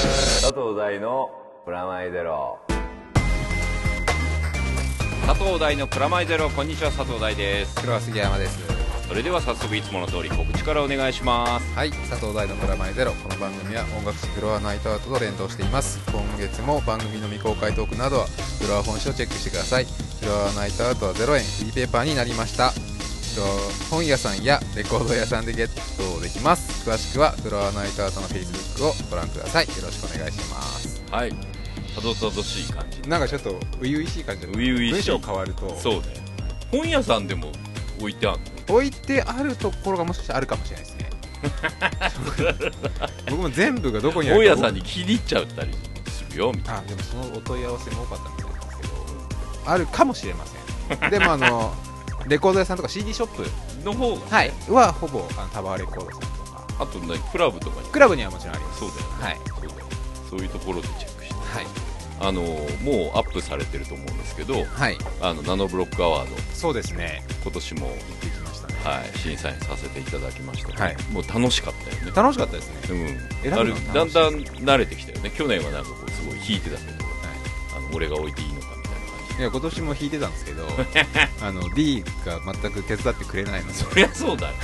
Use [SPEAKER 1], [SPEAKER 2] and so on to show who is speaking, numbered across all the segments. [SPEAKER 1] 藤大のプラマイゼロ。
[SPEAKER 2] 佐藤大のプラマイゼロこんにちは佐藤大です
[SPEAKER 3] 黒は杉山です
[SPEAKER 2] それでは早速いつもの通り告知からお願いします
[SPEAKER 3] はい佐藤大のプラマイゼロこの番組は音楽誌フロアナイトアートと連動しています今月も番組の未公開トークなどはフロア本誌をチェックしてくださいフロアナイトアートは0円フリーペーパーになりましたえっと本屋さんやレコード屋さんでゲットできます詳しくはフロアナイトアートの Facebook をご覧くださいよろしくお願いします
[SPEAKER 2] はいたどたどしい感じ
[SPEAKER 3] なんかちょっと初々しい感じだ
[SPEAKER 2] 初
[SPEAKER 3] ね
[SPEAKER 2] 々しい
[SPEAKER 3] 文章変わると
[SPEAKER 2] そうね本屋さんでも置いてある
[SPEAKER 3] 置いてあるところがもしかしたらあるかもしれないです ね僕も全部がどこにあ
[SPEAKER 2] の本
[SPEAKER 3] るか
[SPEAKER 2] 屋さんに気に入っちゃったりするよみたい
[SPEAKER 3] あでもそのお問い合わせも多かったみたいなんですけどあるかもしれま せんでもあのレコード屋さんとか CD ショップ
[SPEAKER 2] なの方が
[SPEAKER 3] はいはほぼあのタワーレコードさんとか
[SPEAKER 2] あとねクラブとかに
[SPEAKER 3] クラブにはもちろんあります
[SPEAKER 2] そうだよね
[SPEAKER 3] はい
[SPEAKER 2] そうだよねそういうところでチェックして
[SPEAKER 3] はい
[SPEAKER 2] あのもうアップされてると思うんですけど
[SPEAKER 3] はい
[SPEAKER 2] あのナノブロックアワード
[SPEAKER 3] そうですね
[SPEAKER 2] 今年も、
[SPEAKER 3] 行ってきましたね
[SPEAKER 2] はい、審査員させていただきましたけど、
[SPEAKER 3] はい
[SPEAKER 2] もう楽しかったよね
[SPEAKER 3] 楽しかったですね
[SPEAKER 2] うん、
[SPEAKER 3] 選ぶ
[SPEAKER 2] あ
[SPEAKER 3] の
[SPEAKER 2] れ
[SPEAKER 3] 楽しい
[SPEAKER 2] だんだん慣れてきたよね去年はなんかこうすごい引いてたけどあの俺が置いていいのかみたいな感じ
[SPEAKER 3] いや今年も弾いてたんですけどあの D が全く手伝ってくれないので
[SPEAKER 2] そりゃそうだよ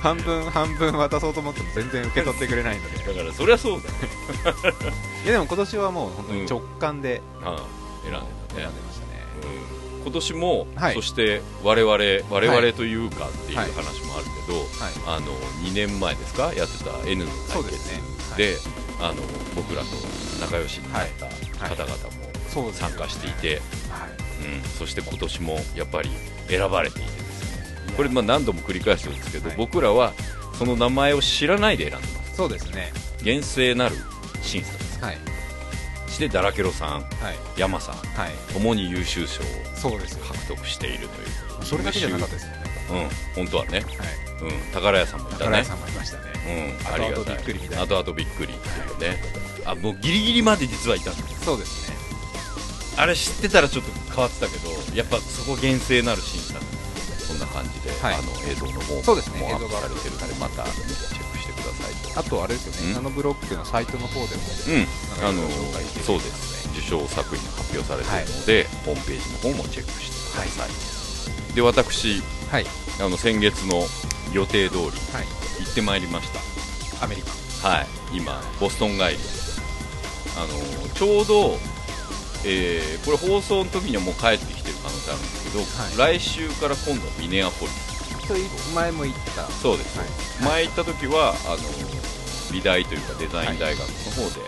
[SPEAKER 3] 半分半分渡そうと思っても全然受け取ってくれない ので
[SPEAKER 2] だからそりゃそうだよ、
[SPEAKER 3] いやでも今年はもう本当に直感で
[SPEAKER 2] ああ選んでたね
[SPEAKER 3] 選んでましたね、
[SPEAKER 2] うん今年も、
[SPEAKER 3] はい
[SPEAKER 2] そして我々我
[SPEAKER 3] は
[SPEAKER 2] 々
[SPEAKER 3] い
[SPEAKER 2] というかっていう
[SPEAKER 3] はい
[SPEAKER 2] 話もあるけど、
[SPEAKER 3] はい
[SPEAKER 2] あの2年前ですかやってた N の
[SPEAKER 3] そう
[SPEAKER 2] 対
[SPEAKER 3] です
[SPEAKER 2] 決
[SPEAKER 3] ねはい
[SPEAKER 2] であの僕らと仲良しになった方々も
[SPEAKER 3] そうですね
[SPEAKER 2] 参加していて、
[SPEAKER 3] はい
[SPEAKER 2] うん、そして今年もやっぱり選ばれていてですねこれまあ何度も繰り返してるんですけど、
[SPEAKER 3] はい
[SPEAKER 2] 僕らはその名前を知らないで選んでます
[SPEAKER 3] そうですね
[SPEAKER 2] 厳正なる審査です
[SPEAKER 3] はい
[SPEAKER 2] してだらけろさん
[SPEAKER 3] はい
[SPEAKER 2] 山さん
[SPEAKER 3] はい
[SPEAKER 2] ともに優秀賞を
[SPEAKER 3] そうですよ
[SPEAKER 2] 獲得しているという
[SPEAKER 3] それだけじゃなかったですよね
[SPEAKER 2] うん本当はね、
[SPEAKER 3] はい
[SPEAKER 2] うん、宝屋さんもいた
[SPEAKER 3] 宝
[SPEAKER 2] ね
[SPEAKER 3] 屋さんもいましたね
[SPEAKER 2] うん、ありが
[SPEAKER 3] 後々
[SPEAKER 2] たい
[SPEAKER 3] びっくりみたいな
[SPEAKER 2] 後々びっくりっていうかねあもうギリギリまで実はいたんです
[SPEAKER 3] そうですね
[SPEAKER 2] あれ知ってたらちょっと変わってたけどやっぱそこ厳正なる審査そんな感じで、
[SPEAKER 3] はい
[SPEAKER 2] あの映像の方も
[SPEAKER 3] そうですね
[SPEAKER 2] もアップ
[SPEAKER 3] 映像が
[SPEAKER 2] されてるのでまたチェックしてくださ
[SPEAKER 3] あとあれですよ
[SPEAKER 2] うん
[SPEAKER 3] ねナノブロックのサイトの方でも
[SPEAKER 2] いとうんあ
[SPEAKER 3] なん
[SPEAKER 2] の
[SPEAKER 3] か紹介して
[SPEAKER 2] そうです受賞作品が発表されているので、ホームページの方もチェックしてください、で私
[SPEAKER 3] はい
[SPEAKER 2] あの先月の予定通り
[SPEAKER 3] はい
[SPEAKER 2] 行ってまいりました
[SPEAKER 3] アメリカ
[SPEAKER 2] はい、今、ボストン帰りですあのちょうど、えーこれ、放送の時にはもう帰ってきてる可能性あるんですけど、来週から今度はミネアポリス、
[SPEAKER 3] という前も言った
[SPEAKER 2] そうです、
[SPEAKER 3] はい
[SPEAKER 2] 前行った時はあの美大というかデザイン大学の方で、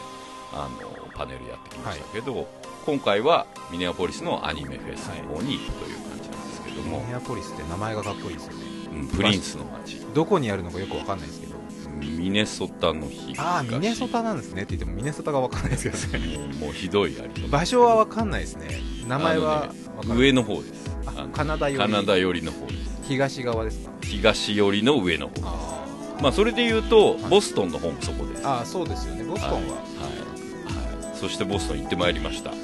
[SPEAKER 2] あのパネルやってきましたけど、今回はミネアポリスのアニメフェスの方に行くという感じなんですけども、
[SPEAKER 3] ミネアポリスって名前がかっこいいですよね
[SPEAKER 2] うんプリンスの街、
[SPEAKER 3] どこにあるのかよくわかんないですけど
[SPEAKER 2] ミネソタの日
[SPEAKER 3] ああミネソタなんですねって言ってもミネソタがわかんないですけどね
[SPEAKER 2] もうひどいあり
[SPEAKER 3] 場所はわかんないですね名前はわ
[SPEAKER 2] あ
[SPEAKER 3] か
[SPEAKER 2] のね
[SPEAKER 3] んない
[SPEAKER 2] 上の方です
[SPEAKER 3] あ
[SPEAKER 2] あの
[SPEAKER 3] カナダより
[SPEAKER 2] カナダ寄りの方です
[SPEAKER 3] 東側ですか
[SPEAKER 2] 東寄りの上の方
[SPEAKER 3] あ
[SPEAKER 2] まあそれで言うと
[SPEAKER 3] はい
[SPEAKER 2] ボストンの方もそこです
[SPEAKER 3] あーそうですよねボストンは
[SPEAKER 2] はいはいはいそしてボストン行ってまいりました
[SPEAKER 3] はい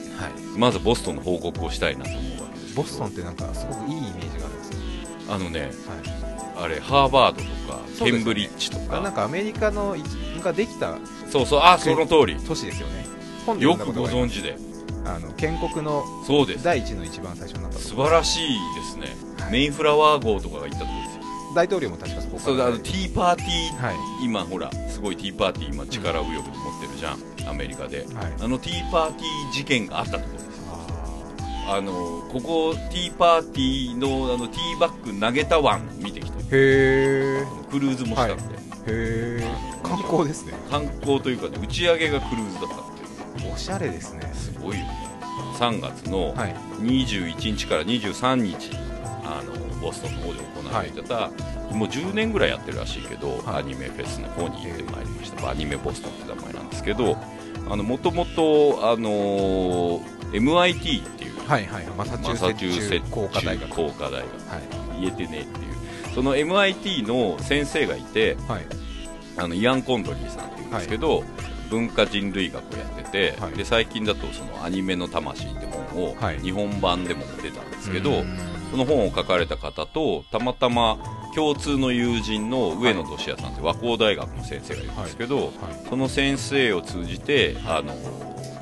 [SPEAKER 2] まずボストンの報告をしたいなと思うわけです
[SPEAKER 3] ボストンってなんかすごくいいイメージがあるんですよ、
[SPEAKER 2] あのね
[SPEAKER 3] はい、
[SPEAKER 2] あれハーバードとか、
[SPEAKER 3] そうですね
[SPEAKER 2] ケンブリッジと
[SPEAKER 3] あなん
[SPEAKER 2] か
[SPEAKER 3] かアメリカの一ができた
[SPEAKER 2] そうそうあその通り
[SPEAKER 3] 都市ですよね本で
[SPEAKER 2] よ
[SPEAKER 3] 読んだ
[SPEAKER 2] く
[SPEAKER 3] こと
[SPEAKER 2] ご
[SPEAKER 3] がありま
[SPEAKER 2] 存知です
[SPEAKER 3] あの建国の
[SPEAKER 2] そうです
[SPEAKER 3] 第一の一番最初になったと
[SPEAKER 2] 素
[SPEAKER 3] こ
[SPEAKER 2] 晴らしいですねメインフラワー号とかが行ったとこですよ
[SPEAKER 3] 大統領も確かそこか
[SPEAKER 2] そう
[SPEAKER 3] ら
[SPEAKER 2] だあのティーパーティー
[SPEAKER 3] はい
[SPEAKER 2] 今ほらすごいティーパーティー今力をよく持ってるじゃんアメリカで、
[SPEAKER 3] はい
[SPEAKER 2] あのティーパーティー事件があったところです
[SPEAKER 3] あ
[SPEAKER 2] あのここティーパーティーのあのティーバッグ投げたワン見てきた
[SPEAKER 3] ーへえ
[SPEAKER 2] クルーズもしたので、
[SPEAKER 3] へえ観光ですね
[SPEAKER 2] 観光というかね打ち上げがクルーズだったっていう
[SPEAKER 3] おしゃれですね
[SPEAKER 2] すごいよね3月の
[SPEAKER 3] はい
[SPEAKER 2] 21日から23日あのボストンの方で行われてた、もう10年ぐらいやってるらしいけど、
[SPEAKER 3] は
[SPEAKER 2] ア
[SPEAKER 3] い
[SPEAKER 2] ニメフェスの方に行ってまいりましたアニメボストンって名前なんですけどもともと MIT っていう
[SPEAKER 3] はいはいマサチュ
[SPEAKER 2] マサチュー
[SPEAKER 3] ーセ
[SPEAKER 2] セ
[SPEAKER 3] ッ
[SPEAKER 2] ッ
[SPEAKER 3] ツ
[SPEAKER 2] ツ
[SPEAKER 3] 工科大学は
[SPEAKER 2] 工科大学言えてねえっていうその MIT の先生がいて
[SPEAKER 3] いはい
[SPEAKER 2] あのイアン・コンドリーさんっていうんですけど、文化人類学をやってて、
[SPEAKER 3] はい
[SPEAKER 2] で最近だとそのアニメの魂って本を
[SPEAKER 3] はい
[SPEAKER 2] 日本版でも出たんですけど、
[SPEAKER 3] うん
[SPEAKER 2] その本を書かれた方とたまたま共通の友人の上野俊也さんって和光大学の先生がいるんですけど、その先生を通じてあの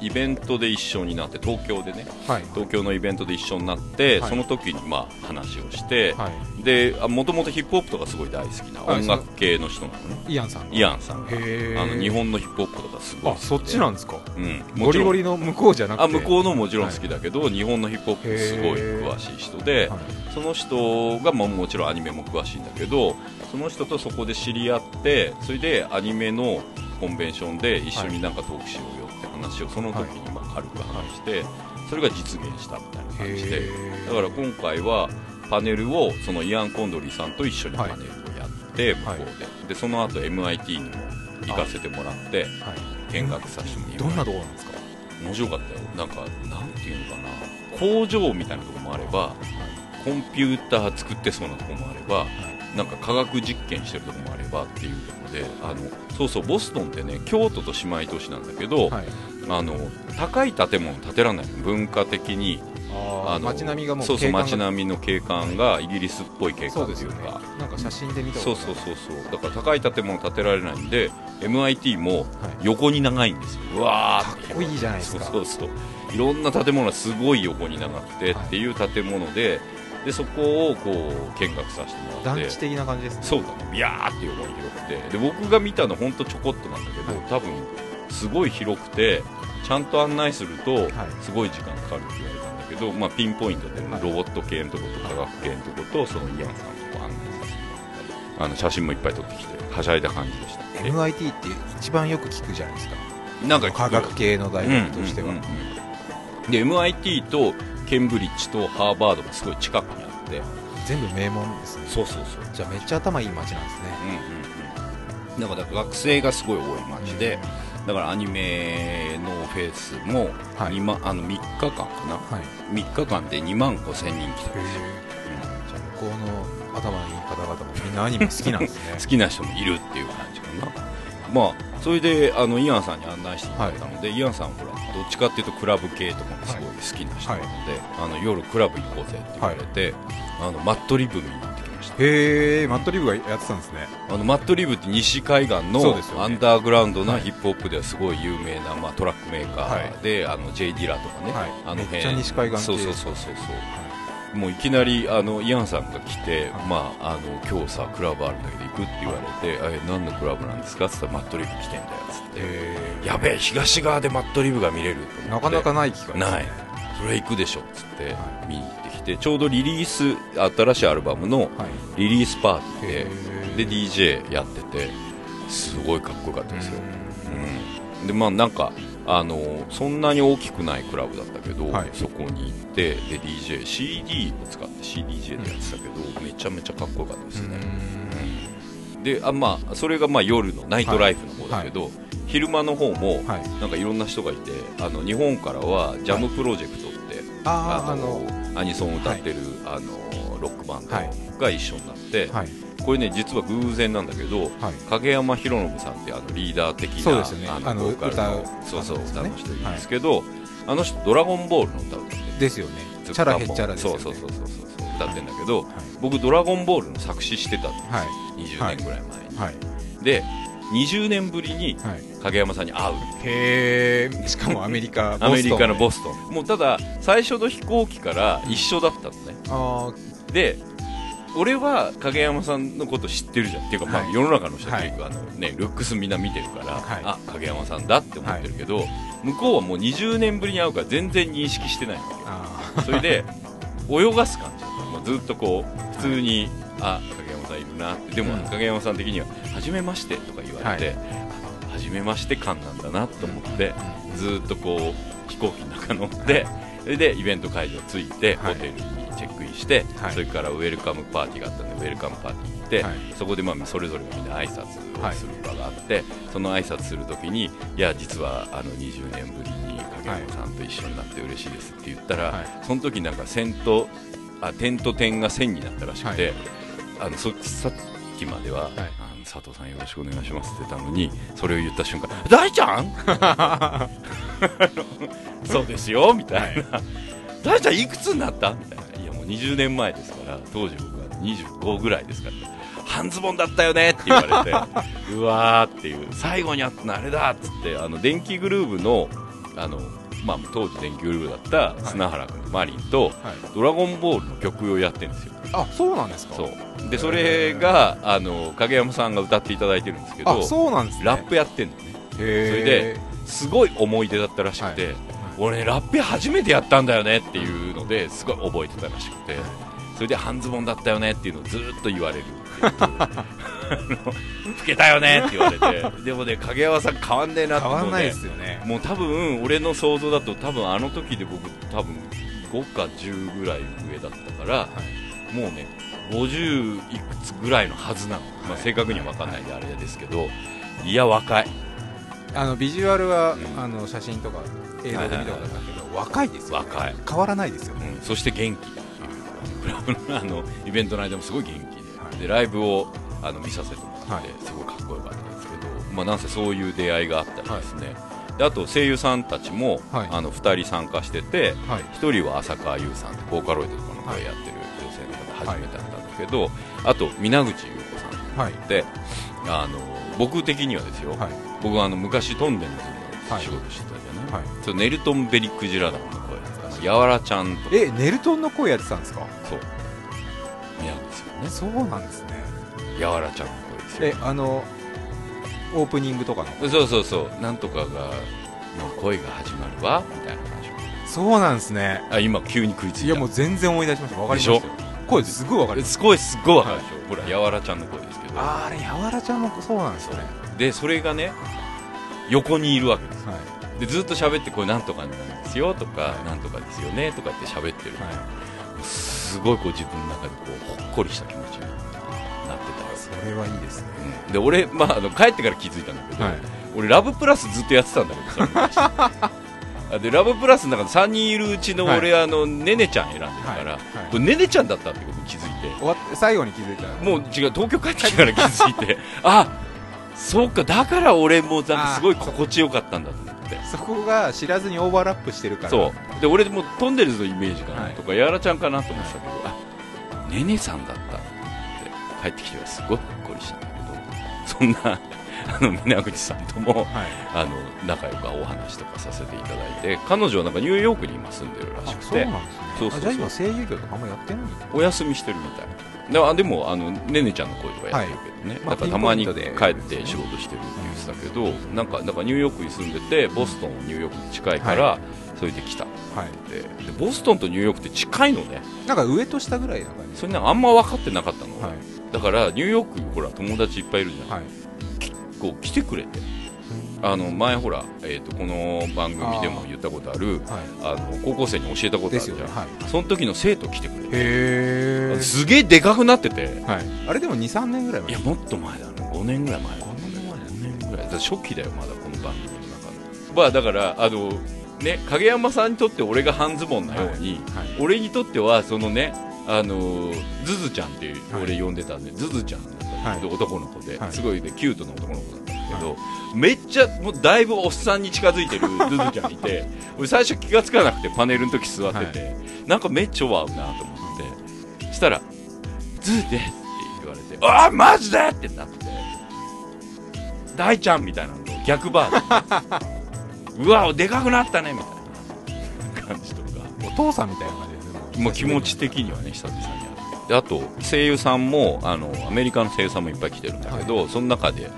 [SPEAKER 2] イベントで一緒になって東京でね
[SPEAKER 3] はい
[SPEAKER 2] 東京のイベントで一緒になって、
[SPEAKER 3] はい
[SPEAKER 2] その時にまあ話をして、
[SPEAKER 3] は
[SPEAKER 2] でもともとヒップホップとかすごい大好きな
[SPEAKER 3] はい
[SPEAKER 2] 音楽系の人なのね
[SPEAKER 3] いイアンさんの
[SPEAKER 2] イアンさんが
[SPEAKER 3] へー
[SPEAKER 2] あの日本のヒップホップとかすごい
[SPEAKER 3] あ
[SPEAKER 2] 好きで
[SPEAKER 3] そっちなんですか
[SPEAKER 2] うん、
[SPEAKER 3] ゴ
[SPEAKER 2] もち
[SPEAKER 3] リ
[SPEAKER 2] ろん
[SPEAKER 3] ゴリの向こうじゃなくて
[SPEAKER 2] あ向こうのもちろん好きだけど、日本のヒップホップすごい詳しい人で、
[SPEAKER 3] はい
[SPEAKER 2] その人が、まあ、もちろんアニメも詳しいんだけどその人とそこで知り合ってそれでアニメのコンベンションで一緒になんかトークしようよって話をその時にまあ軽く話して、それが実現したみたいな感じ
[SPEAKER 3] へ
[SPEAKER 2] で
[SPEAKER 3] ー
[SPEAKER 2] だから今回はパネルをそのイアン・コンドリーさんと一緒にパネルをやって向こ
[SPEAKER 3] はいう
[SPEAKER 2] で,、でその後 MIT にも行かせてもらって
[SPEAKER 3] はい
[SPEAKER 2] 見学させてもらって
[SPEAKER 3] どんなところなんですか
[SPEAKER 2] 面白かったよなんかなんていうのかな工場みたいなとこもあればコンピューター作ってそうなとこもあればなんか科学実験してるとこもあればっていうのであのそうそうボストンってね京都と姉妹都市なんだけど、
[SPEAKER 3] はい
[SPEAKER 2] あの高い建物建てられないの文化的に
[SPEAKER 3] あ
[SPEAKER 2] あ
[SPEAKER 3] あ
[SPEAKER 2] の
[SPEAKER 3] 街並みがもう
[SPEAKER 2] そうそう
[SPEAKER 3] 景観が
[SPEAKER 2] 街並みの景観がイギリスっぽい景
[SPEAKER 3] そ
[SPEAKER 2] 観
[SPEAKER 3] う
[SPEAKER 2] っ
[SPEAKER 3] で
[SPEAKER 2] て
[SPEAKER 3] す
[SPEAKER 2] いう
[SPEAKER 3] よ
[SPEAKER 2] か
[SPEAKER 3] ねなんか写真で見た
[SPEAKER 2] そうそうそうそうだから高い建物建てられないんで MIT も
[SPEAKER 3] はい
[SPEAKER 2] 横に長いんですよ、うわー
[SPEAKER 3] かっこいいじゃないですか
[SPEAKER 2] そうそうそういろんな建物がすごい横に長くて
[SPEAKER 3] はい
[SPEAKER 2] っていう建物ででそこをこう見学させてもらっ
[SPEAKER 3] 団
[SPEAKER 2] て
[SPEAKER 3] 地的な感じですね
[SPEAKER 2] そうだねビヤーって横に広くてで僕が見たのほんとちょこっとなんだけど、多分すごい広くてちゃんと案内するとすごい時間かかるって言われたんだけど、まあ、ピンポイントで
[SPEAKER 3] はい
[SPEAKER 2] ロボット系のとこと科学系のとことそのイアンさんのとこ案内させてもらったりあの写真もいっぱい撮ってきてはしゃいだ感じでした
[SPEAKER 3] MIT って一番よく聞くじゃないですか
[SPEAKER 2] なんか
[SPEAKER 3] 科学系の大学としては
[SPEAKER 2] うんうんうんで MIT とケンブリッジとハーバードがすごい近くにあって
[SPEAKER 3] 全部名門ですね
[SPEAKER 2] そうそうそう
[SPEAKER 3] じゃあめっちゃ頭いい街なんですね
[SPEAKER 2] うんうんうんだから学生がすごい多い街でだからアニメのフェスも
[SPEAKER 3] はい
[SPEAKER 2] 2万、あの3日間かな
[SPEAKER 3] はい
[SPEAKER 2] 3日間で2万5千人来た、
[SPEAKER 3] じゃあ向こうの頭のいい方々もみんなアニメ好きなんですね
[SPEAKER 2] 好きな人もいるっていう感じかなまあそれであのイアンさんに案内してもらったので、イアンさんはほらどっちかっていうとクラブ系とかもすごい好きな人なので、あの夜クラブ行こうぜって言われて、あのマットリブに行ってきました
[SPEAKER 3] へえマットリブがやってたんですね
[SPEAKER 2] あのマットリブって西海岸
[SPEAKER 3] そう
[SPEAKER 2] の
[SPEAKER 3] ですよね
[SPEAKER 2] アンダーグラウンドなヒップホップではすごい有名な、まあ、トラックメーカーで、あの J ・ディラとかね、
[SPEAKER 3] はい
[SPEAKER 2] あの辺
[SPEAKER 3] めっちゃ西海岸系
[SPEAKER 2] そうそうそうそうそうもういきなりあのイアンさんが来て、
[SPEAKER 3] はい
[SPEAKER 2] まあ、あの今日さクラブあるんだけど行くって言われて、え何のクラブなんですかって言ったらマットリブ来てんだよっつって、
[SPEAKER 3] へ
[SPEAKER 2] やべえ東側でマットリブが見れると思って
[SPEAKER 3] なかなかない機会ですね
[SPEAKER 2] ないそれ行くでしょっつって見に行ってきてちょうどリリース新しいアルバムの
[SPEAKER 3] はい
[SPEAKER 2] リリースパーティ
[SPEAKER 3] へ
[SPEAKER 2] ー
[SPEAKER 3] ー
[SPEAKER 2] でで DJ やっててすごいかっこよかったですよ、うんでまあなんかあのそんなに大きくないクラブだったけど、
[SPEAKER 3] はい
[SPEAKER 2] そこに行ってで DJCD を使って CDJ でやってたけど、めちゃめちゃかっこよかったですね、であまあ、それがまあ夜のナイトライフの方だけど、昼間の方も
[SPEAKER 3] はい
[SPEAKER 2] なんかいろんな人がいてあの日本からはジャムプロジェクトって、
[SPEAKER 3] あー
[SPEAKER 2] アニソンを歌ってる、あのロックバンド
[SPEAKER 3] はい
[SPEAKER 2] が一緒になって、
[SPEAKER 3] はい
[SPEAKER 2] これね実は偶然なんだけど、
[SPEAKER 3] はい
[SPEAKER 2] 影山博信さんってあのリーダー的な
[SPEAKER 3] そうですよね
[SPEAKER 2] あの
[SPEAKER 3] あの
[SPEAKER 2] ボーカルの
[SPEAKER 3] 歌う
[SPEAKER 2] そうそう
[SPEAKER 3] あのです
[SPEAKER 2] 歌
[SPEAKER 3] ね
[SPEAKER 2] の人いるんですけど、あの人「ドラゴンボール」の歌を歌って
[SPEAKER 3] ですよねチ
[SPEAKER 2] ずっと
[SPEAKER 3] ャラへっちゃらですよね
[SPEAKER 2] そうそうそううそうそう歌ってんだけど、僕「ドラゴンボール」の作詞してたの
[SPEAKER 3] はい
[SPEAKER 2] 20年ぐらい前に、
[SPEAKER 3] はい
[SPEAKER 2] で20年ぶりに
[SPEAKER 3] はい
[SPEAKER 2] 影山さんに会う
[SPEAKER 3] へえしかもアメリカ
[SPEAKER 2] アメリカの
[SPEAKER 3] ボ
[SPEAKER 2] ボストンもうただ最初の飛行機から一緒だったのね
[SPEAKER 3] ストンあ
[SPEAKER 2] で俺は影山さんのこと知ってるじゃんっていうか、まあ
[SPEAKER 3] はい
[SPEAKER 2] 世の中の人っていうか、あのね、ルックスみんな見てるから、
[SPEAKER 3] はい
[SPEAKER 2] あ影山さんだって思ってるけど、向こうはもう20年ぶりに会うから全然認識してない の
[SPEAKER 3] ー
[SPEAKER 2] よ
[SPEAKER 3] あ
[SPEAKER 2] それで泳がす感じだったもうずっとこう普通に、あ影山さんいるなってでも、
[SPEAKER 3] うん
[SPEAKER 2] 影山さん的には「初めまして」とか言われて
[SPEAKER 3] は
[SPEAKER 2] 「あ初めまして」感なんだなと思って、
[SPEAKER 3] ー
[SPEAKER 2] ずーっとこう飛行機の中乗って、それでイベント会場着いて、
[SPEAKER 3] はい
[SPEAKER 2] ホテルにチェックインして、
[SPEAKER 3] はい
[SPEAKER 2] それからウェルカムパーティーがあったんでウェルカムパーティー行って、
[SPEAKER 3] はい
[SPEAKER 2] そこでまあそれぞれがみんな挨拶をする場があって、その挨拶するときにいや実はあの20年ぶりに影山さんと一緒になって嬉しいですって言ったら、
[SPEAKER 3] はい
[SPEAKER 2] その時なんか線とあ点と点が線になったらしくて、
[SPEAKER 3] はい
[SPEAKER 2] あのそさっきまでは、あの佐藤さんよろしくお願いしますって言ったのにそれを言った瞬間「大ちゃん あのそうですよ」みたいな「大ちゃんいくつになった?」みたいな「いやもう20年前ですから当時僕は25ぐらいですから、半ズボンだったよねって言われて うわーっていう最後にあったのあれだっつってあの電気グルーヴのあの、まあ、当時電気グルーヴだった砂原君とマリンと、ドラゴンボール」の曲をやってるんですよ
[SPEAKER 3] あそうなんですか
[SPEAKER 2] そうでそれがあの影山さんが歌っていただいてるんですけど
[SPEAKER 3] あそうなんですね
[SPEAKER 2] ラップやってんのね
[SPEAKER 3] それ
[SPEAKER 2] れですごい思い出だったらしくて、
[SPEAKER 3] はい
[SPEAKER 2] 俺ねラップ初めてやったんだよねっていうのですごい覚えてたらしくてそれで半ズボンだったよねっていうのをずーっと言われるっていう あの老けたよねって言われてでもね影山さん変わんねえなって
[SPEAKER 3] 変
[SPEAKER 2] 思う
[SPEAKER 3] わ
[SPEAKER 2] ね
[SPEAKER 3] んないですよね
[SPEAKER 2] もう多分俺の想像だと多分あの時で僕多分5か10ぐらい上だったから、もうね50いくつぐらいのはずなの、まあ、正確には分かんないんであれですけど、いや若い
[SPEAKER 3] あのビジュアルは、
[SPEAKER 2] うん
[SPEAKER 3] あの写真とか映像で見たことあったけど、若いですよ、ね、
[SPEAKER 2] 若い
[SPEAKER 3] 変わらないですよね、
[SPEAKER 2] うんそして元気っていうクラブのあのイベントの間もすごい元気で,、でライブをあの見させてもらって、
[SPEAKER 3] は
[SPEAKER 2] すごいかっこよかったですけど、まあ、なんせそういう出会いがあったりですね、であと声優さんたちも、
[SPEAKER 3] はい
[SPEAKER 2] あの2人参加してて、
[SPEAKER 3] はい
[SPEAKER 2] 1人は浅川優さんボーカロイドとかの声やってる女性の方初めてだったんだけど、あと皆口優子さん
[SPEAKER 3] はい
[SPEAKER 2] ってあの僕的にはですよ、
[SPEAKER 3] はい
[SPEAKER 2] 僕はあの昔トンデンズの
[SPEAKER 3] はい
[SPEAKER 2] 仕事してたじゃない、
[SPEAKER 3] はい
[SPEAKER 2] そうネルトン・ベリクジラダンの声あのやわらちゃんとか
[SPEAKER 3] えネルトンの声やってたんですか
[SPEAKER 2] そう宮城ですよね
[SPEAKER 3] そうなんですね
[SPEAKER 2] やわらちゃんの声ですよ
[SPEAKER 3] えあのオープニングとかの
[SPEAKER 2] そうそうそうなんとかがの恋が始まるわみたいな話
[SPEAKER 3] そうなんですね
[SPEAKER 2] あ今急に食いついた
[SPEAKER 3] いやもう全然思い出しましたわかりましたよ
[SPEAKER 2] でし
[SPEAKER 3] 声すごいわかります
[SPEAKER 2] すごいすっごいわかるでしょ、ほらやわらちゃんの声ですけど
[SPEAKER 3] あーあれやわらちゃんもそうなんですね
[SPEAKER 2] でそれがね横にいるわけです
[SPEAKER 3] はい
[SPEAKER 2] でずっと喋ってこれなんとかなんですよとか、なんとかですよねとかって喋ってる、
[SPEAKER 3] はい
[SPEAKER 2] すごいこう自分の中でこうほっこりした気持ちになってたです、
[SPEAKER 3] それはいいですね
[SPEAKER 2] うんで俺、まあ、あの帰ってから気づいたんだけど、
[SPEAKER 3] はい
[SPEAKER 2] 俺ラブプラスずっとやってたんだけどさ 昔でラブプラスの中で3人いるうちの俺、あのねねちゃん選んでるから、
[SPEAKER 3] はいはい
[SPEAKER 2] これねねちゃんだったってことに気づいて
[SPEAKER 3] 終わって最後に気づいたら
[SPEAKER 2] もう違う東京帰ってきてから気づいてあそうかだから俺もなんかすごい心地よかったんだと思って
[SPEAKER 3] そこが知らずにオーバーラップしてるから
[SPEAKER 2] そうで俺もトンネルズのイメージかな
[SPEAKER 3] はい
[SPEAKER 2] とか、やらちゃんかなと思ってたけど、あねねさんだったって帰ってきてはすごいほっこりしたんだけどそんな あの皆口さんとも
[SPEAKER 3] はい
[SPEAKER 2] あの仲良くお話とかさせていただいて彼女はなんかニューヨークに今住んでるら
[SPEAKER 3] あ
[SPEAKER 2] しく
[SPEAKER 3] そう
[SPEAKER 2] て
[SPEAKER 3] なんですね
[SPEAKER 2] そうそうそう
[SPEAKER 3] あじゃあ今声優業とかあんまやってないんだ
[SPEAKER 2] お休みしてるみたいであでもあのねねちゃんの声とかやってるけどね、
[SPEAKER 3] まあ
[SPEAKER 2] だからたまに
[SPEAKER 3] ピ
[SPEAKER 2] 帰
[SPEAKER 3] ンポイント
[SPEAKER 2] っ
[SPEAKER 3] で
[SPEAKER 2] て仕事してるって言ってたけど、なんかなんかニューヨークに住んでてボストンニューヨークに近いから、それで来た
[SPEAKER 3] はい
[SPEAKER 2] ででボストンとニューヨークって近いのね
[SPEAKER 3] なんか上と下ぐらいな感じ
[SPEAKER 2] それなんかあんま分かってなかったの、
[SPEAKER 3] はい
[SPEAKER 2] だからニューヨークほら友達いっぱいいるじゃん、
[SPEAKER 3] はい
[SPEAKER 2] こう来てくれてあの前ほら、えー、とこの番組でも言ったことある
[SPEAKER 3] はい
[SPEAKER 2] あの高校生に教えたことある
[SPEAKER 3] で
[SPEAKER 2] じゃ
[SPEAKER 3] すよ
[SPEAKER 2] ん、
[SPEAKER 3] ねはい
[SPEAKER 2] その時の生徒来てくれて
[SPEAKER 3] へえ
[SPEAKER 2] すげえでかくなってて
[SPEAKER 3] はいあれでも23年ぐらい
[SPEAKER 2] い
[SPEAKER 3] 前
[SPEAKER 2] やもっと前だね5年ぐらい前5
[SPEAKER 3] 年ぐらい
[SPEAKER 2] 年ぐらいだから初期だよまだこの番組の中のまあだからあのね影山さんにとって俺が半ズボンなように、
[SPEAKER 3] はい
[SPEAKER 2] 俺にとってはそのねあのーズズちゃんって
[SPEAKER 3] はい
[SPEAKER 2] 俺呼んでたんで、ズズちゃんだったんで
[SPEAKER 3] は
[SPEAKER 2] 男の子で、
[SPEAKER 3] はい
[SPEAKER 2] すごいねキュートな男の子だったんだけど、めっちゃもうだいぶおっさんに近づいてるズズちゃんいて俺最初気がつかなくてパネルの時座ってて、なんかめっちゃ合うなと思ってそしたら「ズーで」って言われて「ああマジで!」ってなって「大ちゃん」みたいなのと逆バー ジョンうわでかくなったねみたいな感じとか。
[SPEAKER 3] お父さんみたいな感じですね
[SPEAKER 2] まあ、気持ち的にはね久々に会ってであと声優さんもあのアメリカの声優さんもいっぱい来てるんだけど、その中で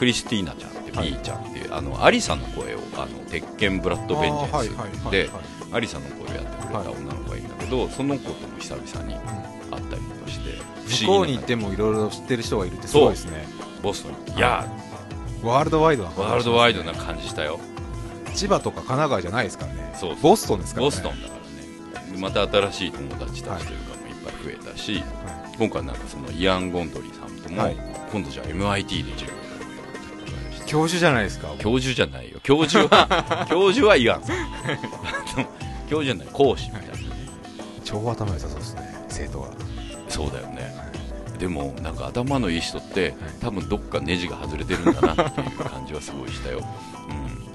[SPEAKER 2] クリスティーナちゃんって、ミーちゃんっていうあのアリサの声をあの鉄拳ブラッドベンジ
[SPEAKER 3] あーは
[SPEAKER 2] ェ
[SPEAKER 3] いはい
[SPEAKER 2] ンス
[SPEAKER 3] はい
[SPEAKER 2] で
[SPEAKER 3] はい
[SPEAKER 2] アリサの声をやってくれた女の子がいるんだけど、その子とも久々に会ったりとかして不
[SPEAKER 3] 向こ
[SPEAKER 2] 思
[SPEAKER 3] うに
[SPEAKER 2] 議
[SPEAKER 3] 行
[SPEAKER 2] な
[SPEAKER 3] ってもいろいろ知ってる人がいるってすごいですね
[SPEAKER 2] ボストンにいや
[SPEAKER 3] ワールドワイドな感じ
[SPEAKER 2] ーワールドワイドな感じしたよ
[SPEAKER 3] 千葉とか神奈川じゃないですからね
[SPEAKER 2] そうそう
[SPEAKER 3] ボストンですからね
[SPEAKER 2] ボストンだからねでまた新しい友達たちというかもいっぱい増えたし、
[SPEAKER 3] は
[SPEAKER 2] 今回なんかそのイアン・ゴンドリーさんとも、
[SPEAKER 3] はい
[SPEAKER 2] 今度じゃあ MIT で授業をやるってことにして
[SPEAKER 3] 教授じゃないですか
[SPEAKER 2] 教授じゃないよ教授 は教授はイアンさんあの教授じゃない講師みたいな、ね
[SPEAKER 3] 超頭良さそうですね生徒は
[SPEAKER 2] そうだよねでもなんか頭のいい人って多分どっかネジが外れてるんだなっていう感じはすごいしたよ、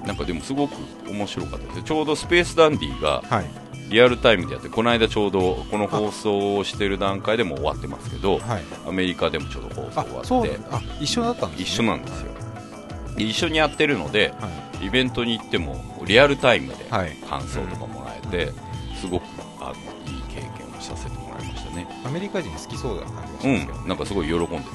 [SPEAKER 2] うん、なんかでもすごく面白かったですちょうどスペースダンディが
[SPEAKER 3] はい
[SPEAKER 2] リアルタイムでやってこの間ちょうどこの放送をしてる段階でもう終わってますけど
[SPEAKER 3] はい
[SPEAKER 2] アメリカでもちょうど放送
[SPEAKER 3] あ
[SPEAKER 2] 終わって
[SPEAKER 3] そうなんだあ一緒だったんです、ね、
[SPEAKER 2] 一緒なんですよで一緒にやってるので
[SPEAKER 3] は
[SPEAKER 2] イベントに行ってもリアルタイムで
[SPEAKER 3] はい
[SPEAKER 2] 感想とかもらえて、すごくあのいい経験をさせてもらいましたね
[SPEAKER 3] い、アメリカ人好きそうだな感じがしますけど、
[SPEAKER 2] うんなんかすごい喜んでたよなん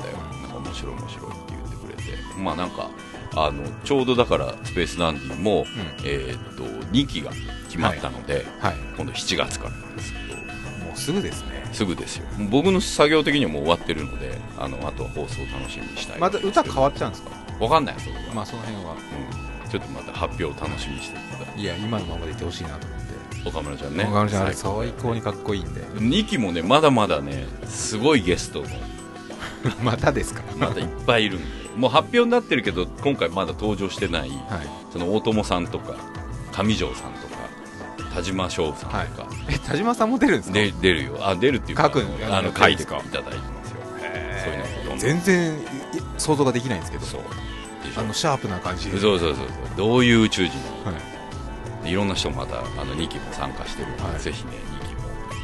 [SPEAKER 2] か面白い面白いって言ってくれてまあなんかあのちょうどだからスペースダンディも、えーっと2期が決まったので、
[SPEAKER 3] はい
[SPEAKER 2] 今度7月からなんですけど
[SPEAKER 3] もうすぐですね
[SPEAKER 2] すぐですよ僕の作業的にはもう終わってるのであのあとは放送を楽しみにしたい
[SPEAKER 3] また歌変わっちゃうんですか
[SPEAKER 2] わかんないそれは、
[SPEAKER 3] まあその辺は
[SPEAKER 2] うんちょっとまた発表を楽しみにしてくださ
[SPEAKER 3] いや今のままでいてほしいなと思って
[SPEAKER 2] い岡村ちゃんね
[SPEAKER 3] 岡村ちゃんあれ
[SPEAKER 2] 最高
[SPEAKER 3] 最高にかっこい いんで
[SPEAKER 2] 2期もねまだまだねすごいゲストも
[SPEAKER 3] またですか
[SPEAKER 2] まだいっぱいいるんで もう発表になってるけど今回まだ登場してない
[SPEAKER 3] はい
[SPEAKER 2] その大友さんとか上条さんとか田島翔さんとか、
[SPEAKER 3] え田島さんも出るんですか
[SPEAKER 2] で出るよあ出るっていうか
[SPEAKER 3] 書くの
[SPEAKER 2] あの
[SPEAKER 3] 書
[SPEAKER 2] 書
[SPEAKER 3] い
[SPEAKER 2] い
[SPEAKER 3] て
[SPEAKER 2] てい
[SPEAKER 3] か
[SPEAKER 2] ただいてますよそういうのを読んで
[SPEAKER 3] 全然い想像ができないんですけど
[SPEAKER 2] そうでしょ
[SPEAKER 3] あのシャープな感じ
[SPEAKER 2] そうそうそうそうどういう宇宙人
[SPEAKER 3] はい
[SPEAKER 2] いろんな人もまたあの2期も参加してるので、
[SPEAKER 3] はい
[SPEAKER 2] ぜひね2期も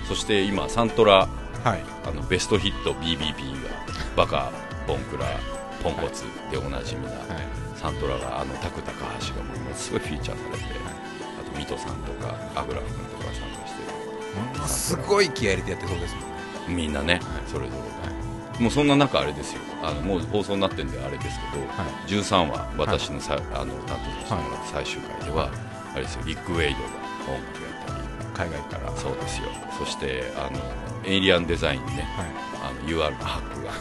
[SPEAKER 2] そして今サントラ
[SPEAKER 3] はい
[SPEAKER 2] あのベストヒット BBB がバカボンクラポンコツでおなじみな、
[SPEAKER 3] はい
[SPEAKER 2] サントラがあのタク高橋がもうものすごいフィーチャーされて、あとミトさんとかアグラフ君とか参加して
[SPEAKER 3] ものすごい気合い入れてやってそうですもんね
[SPEAKER 2] るみんなね、それぞれ、もうそんな中あれですよあのもう放送になってるんであれですけど、
[SPEAKER 3] はい
[SPEAKER 2] 13話私のさ、あの担当させてもらった最終回では、あれですよリック・ウェイドが音楽やったり
[SPEAKER 3] 海外から
[SPEAKER 2] そうですよそしてあのエイリアンデザインね、
[SPEAKER 3] は
[SPEAKER 2] あの UR のハックが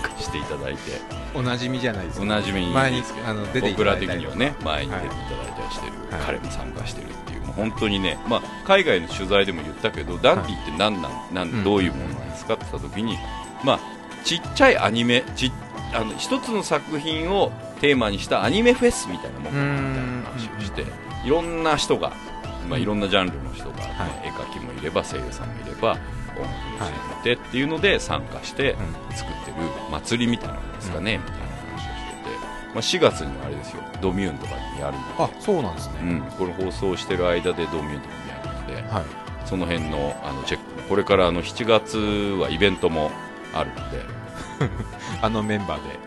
[SPEAKER 2] 参加していただいて
[SPEAKER 3] いおなじみじゃないです
[SPEAKER 2] お
[SPEAKER 3] か
[SPEAKER 2] なじみに
[SPEAKER 3] 前に
[SPEAKER 2] ですけど
[SPEAKER 3] あの出てい
[SPEAKER 2] 僕
[SPEAKER 3] ただ
[SPEAKER 2] ら
[SPEAKER 3] い
[SPEAKER 2] 的
[SPEAKER 3] たり
[SPEAKER 2] にはね前に出ていただいたりしてる、
[SPEAKER 3] はい
[SPEAKER 2] 彼も参加してるっていうもう本当にね、まあ、海外の取材でも言ったけどダンディって何なんなん、
[SPEAKER 3] うん
[SPEAKER 2] どういうものなんですかって言った時に、まあ、ちっちゃいアニメちあの一つの作品をテーマにしたアニメフェスみたいなものみたいな話をしていろんな人が、まあ、いろんなジャンルの人が、まあ絵描きもいれば声優さんもいれば音楽も教えてっていうので参加して作ってる祭りみたいなものですかね、みたいな話をしてて、まあ、4月にはあれですよドミューンとかにやるの
[SPEAKER 3] あそうなんです
[SPEAKER 2] う
[SPEAKER 3] ね
[SPEAKER 2] ん、これ放送してる間でドミューンとかにやるので、
[SPEAKER 3] はい
[SPEAKER 2] その辺のあのチェックもこれからあの7月はイベントもあるので
[SPEAKER 3] あのメンバーで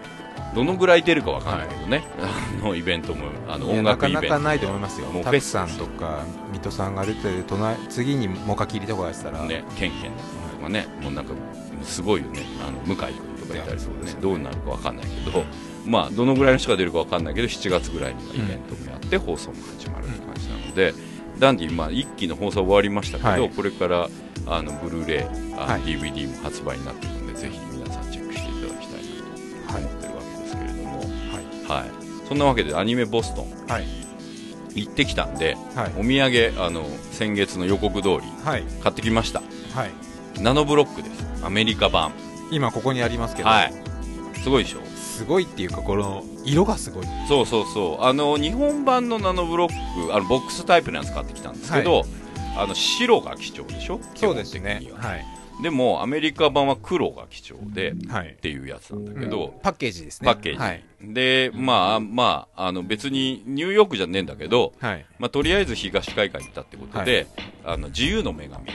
[SPEAKER 2] どのぐらい出るかわかんないけどね、あのイベントもあの音楽イベント
[SPEAKER 3] いやなかなかないと思いますよ
[SPEAKER 2] もうフ
[SPEAKER 3] タ
[SPEAKER 2] ェ
[SPEAKER 3] ク
[SPEAKER 2] ス
[SPEAKER 3] さんとか水戸さんが出てる隣次にモカキリとかやってたら、
[SPEAKER 2] ね、ケンケンとかね、もうなんかすごいよね、あの向井君とかいたりするとね、どうなるかわかんないけど、まあ、どのぐらいの人が出るかわかんないけど、7月ぐらいにはイベントもやって、放送も始まるって感じなので、ダンディ、まあ、1期の放送終わりましたけど、
[SPEAKER 3] はい
[SPEAKER 2] これからあのブルーレイ、あ
[SPEAKER 3] は
[SPEAKER 2] の
[SPEAKER 3] い
[SPEAKER 2] DVD も発売になってるので、ぜひ皆さんチェックしていただきたいなと思ってるわけですけれども、はいそんなわけで、アニメボストン
[SPEAKER 3] はい
[SPEAKER 2] 行ってきたんで、
[SPEAKER 3] はい
[SPEAKER 2] お土産あの、先月の予告通り、
[SPEAKER 3] はい
[SPEAKER 2] 買ってきました。
[SPEAKER 3] はい
[SPEAKER 2] ナノブロックですアメリカ版
[SPEAKER 3] 今ここにありますけど、
[SPEAKER 2] はいすごいでしょ
[SPEAKER 3] すごいっていうかこの色がすごい
[SPEAKER 2] そうそうそうあの日本版のナノブロックあのボックスタイプのやつ買ってきたんですけど、あの白が貴重でしょ基本的には
[SPEAKER 3] はい、
[SPEAKER 2] でもアメリカ版は黒が貴重で、
[SPEAKER 3] はい
[SPEAKER 2] っていうやつなんだけど、
[SPEAKER 3] パッケージですね
[SPEAKER 2] パッケージ、
[SPEAKER 3] はい、
[SPEAKER 2] でまあまああの別にニューヨークじゃねえんだけど、
[SPEAKER 3] はい、
[SPEAKER 2] まあ、とりあえず東海岸行ったってことで、あの自由の女神を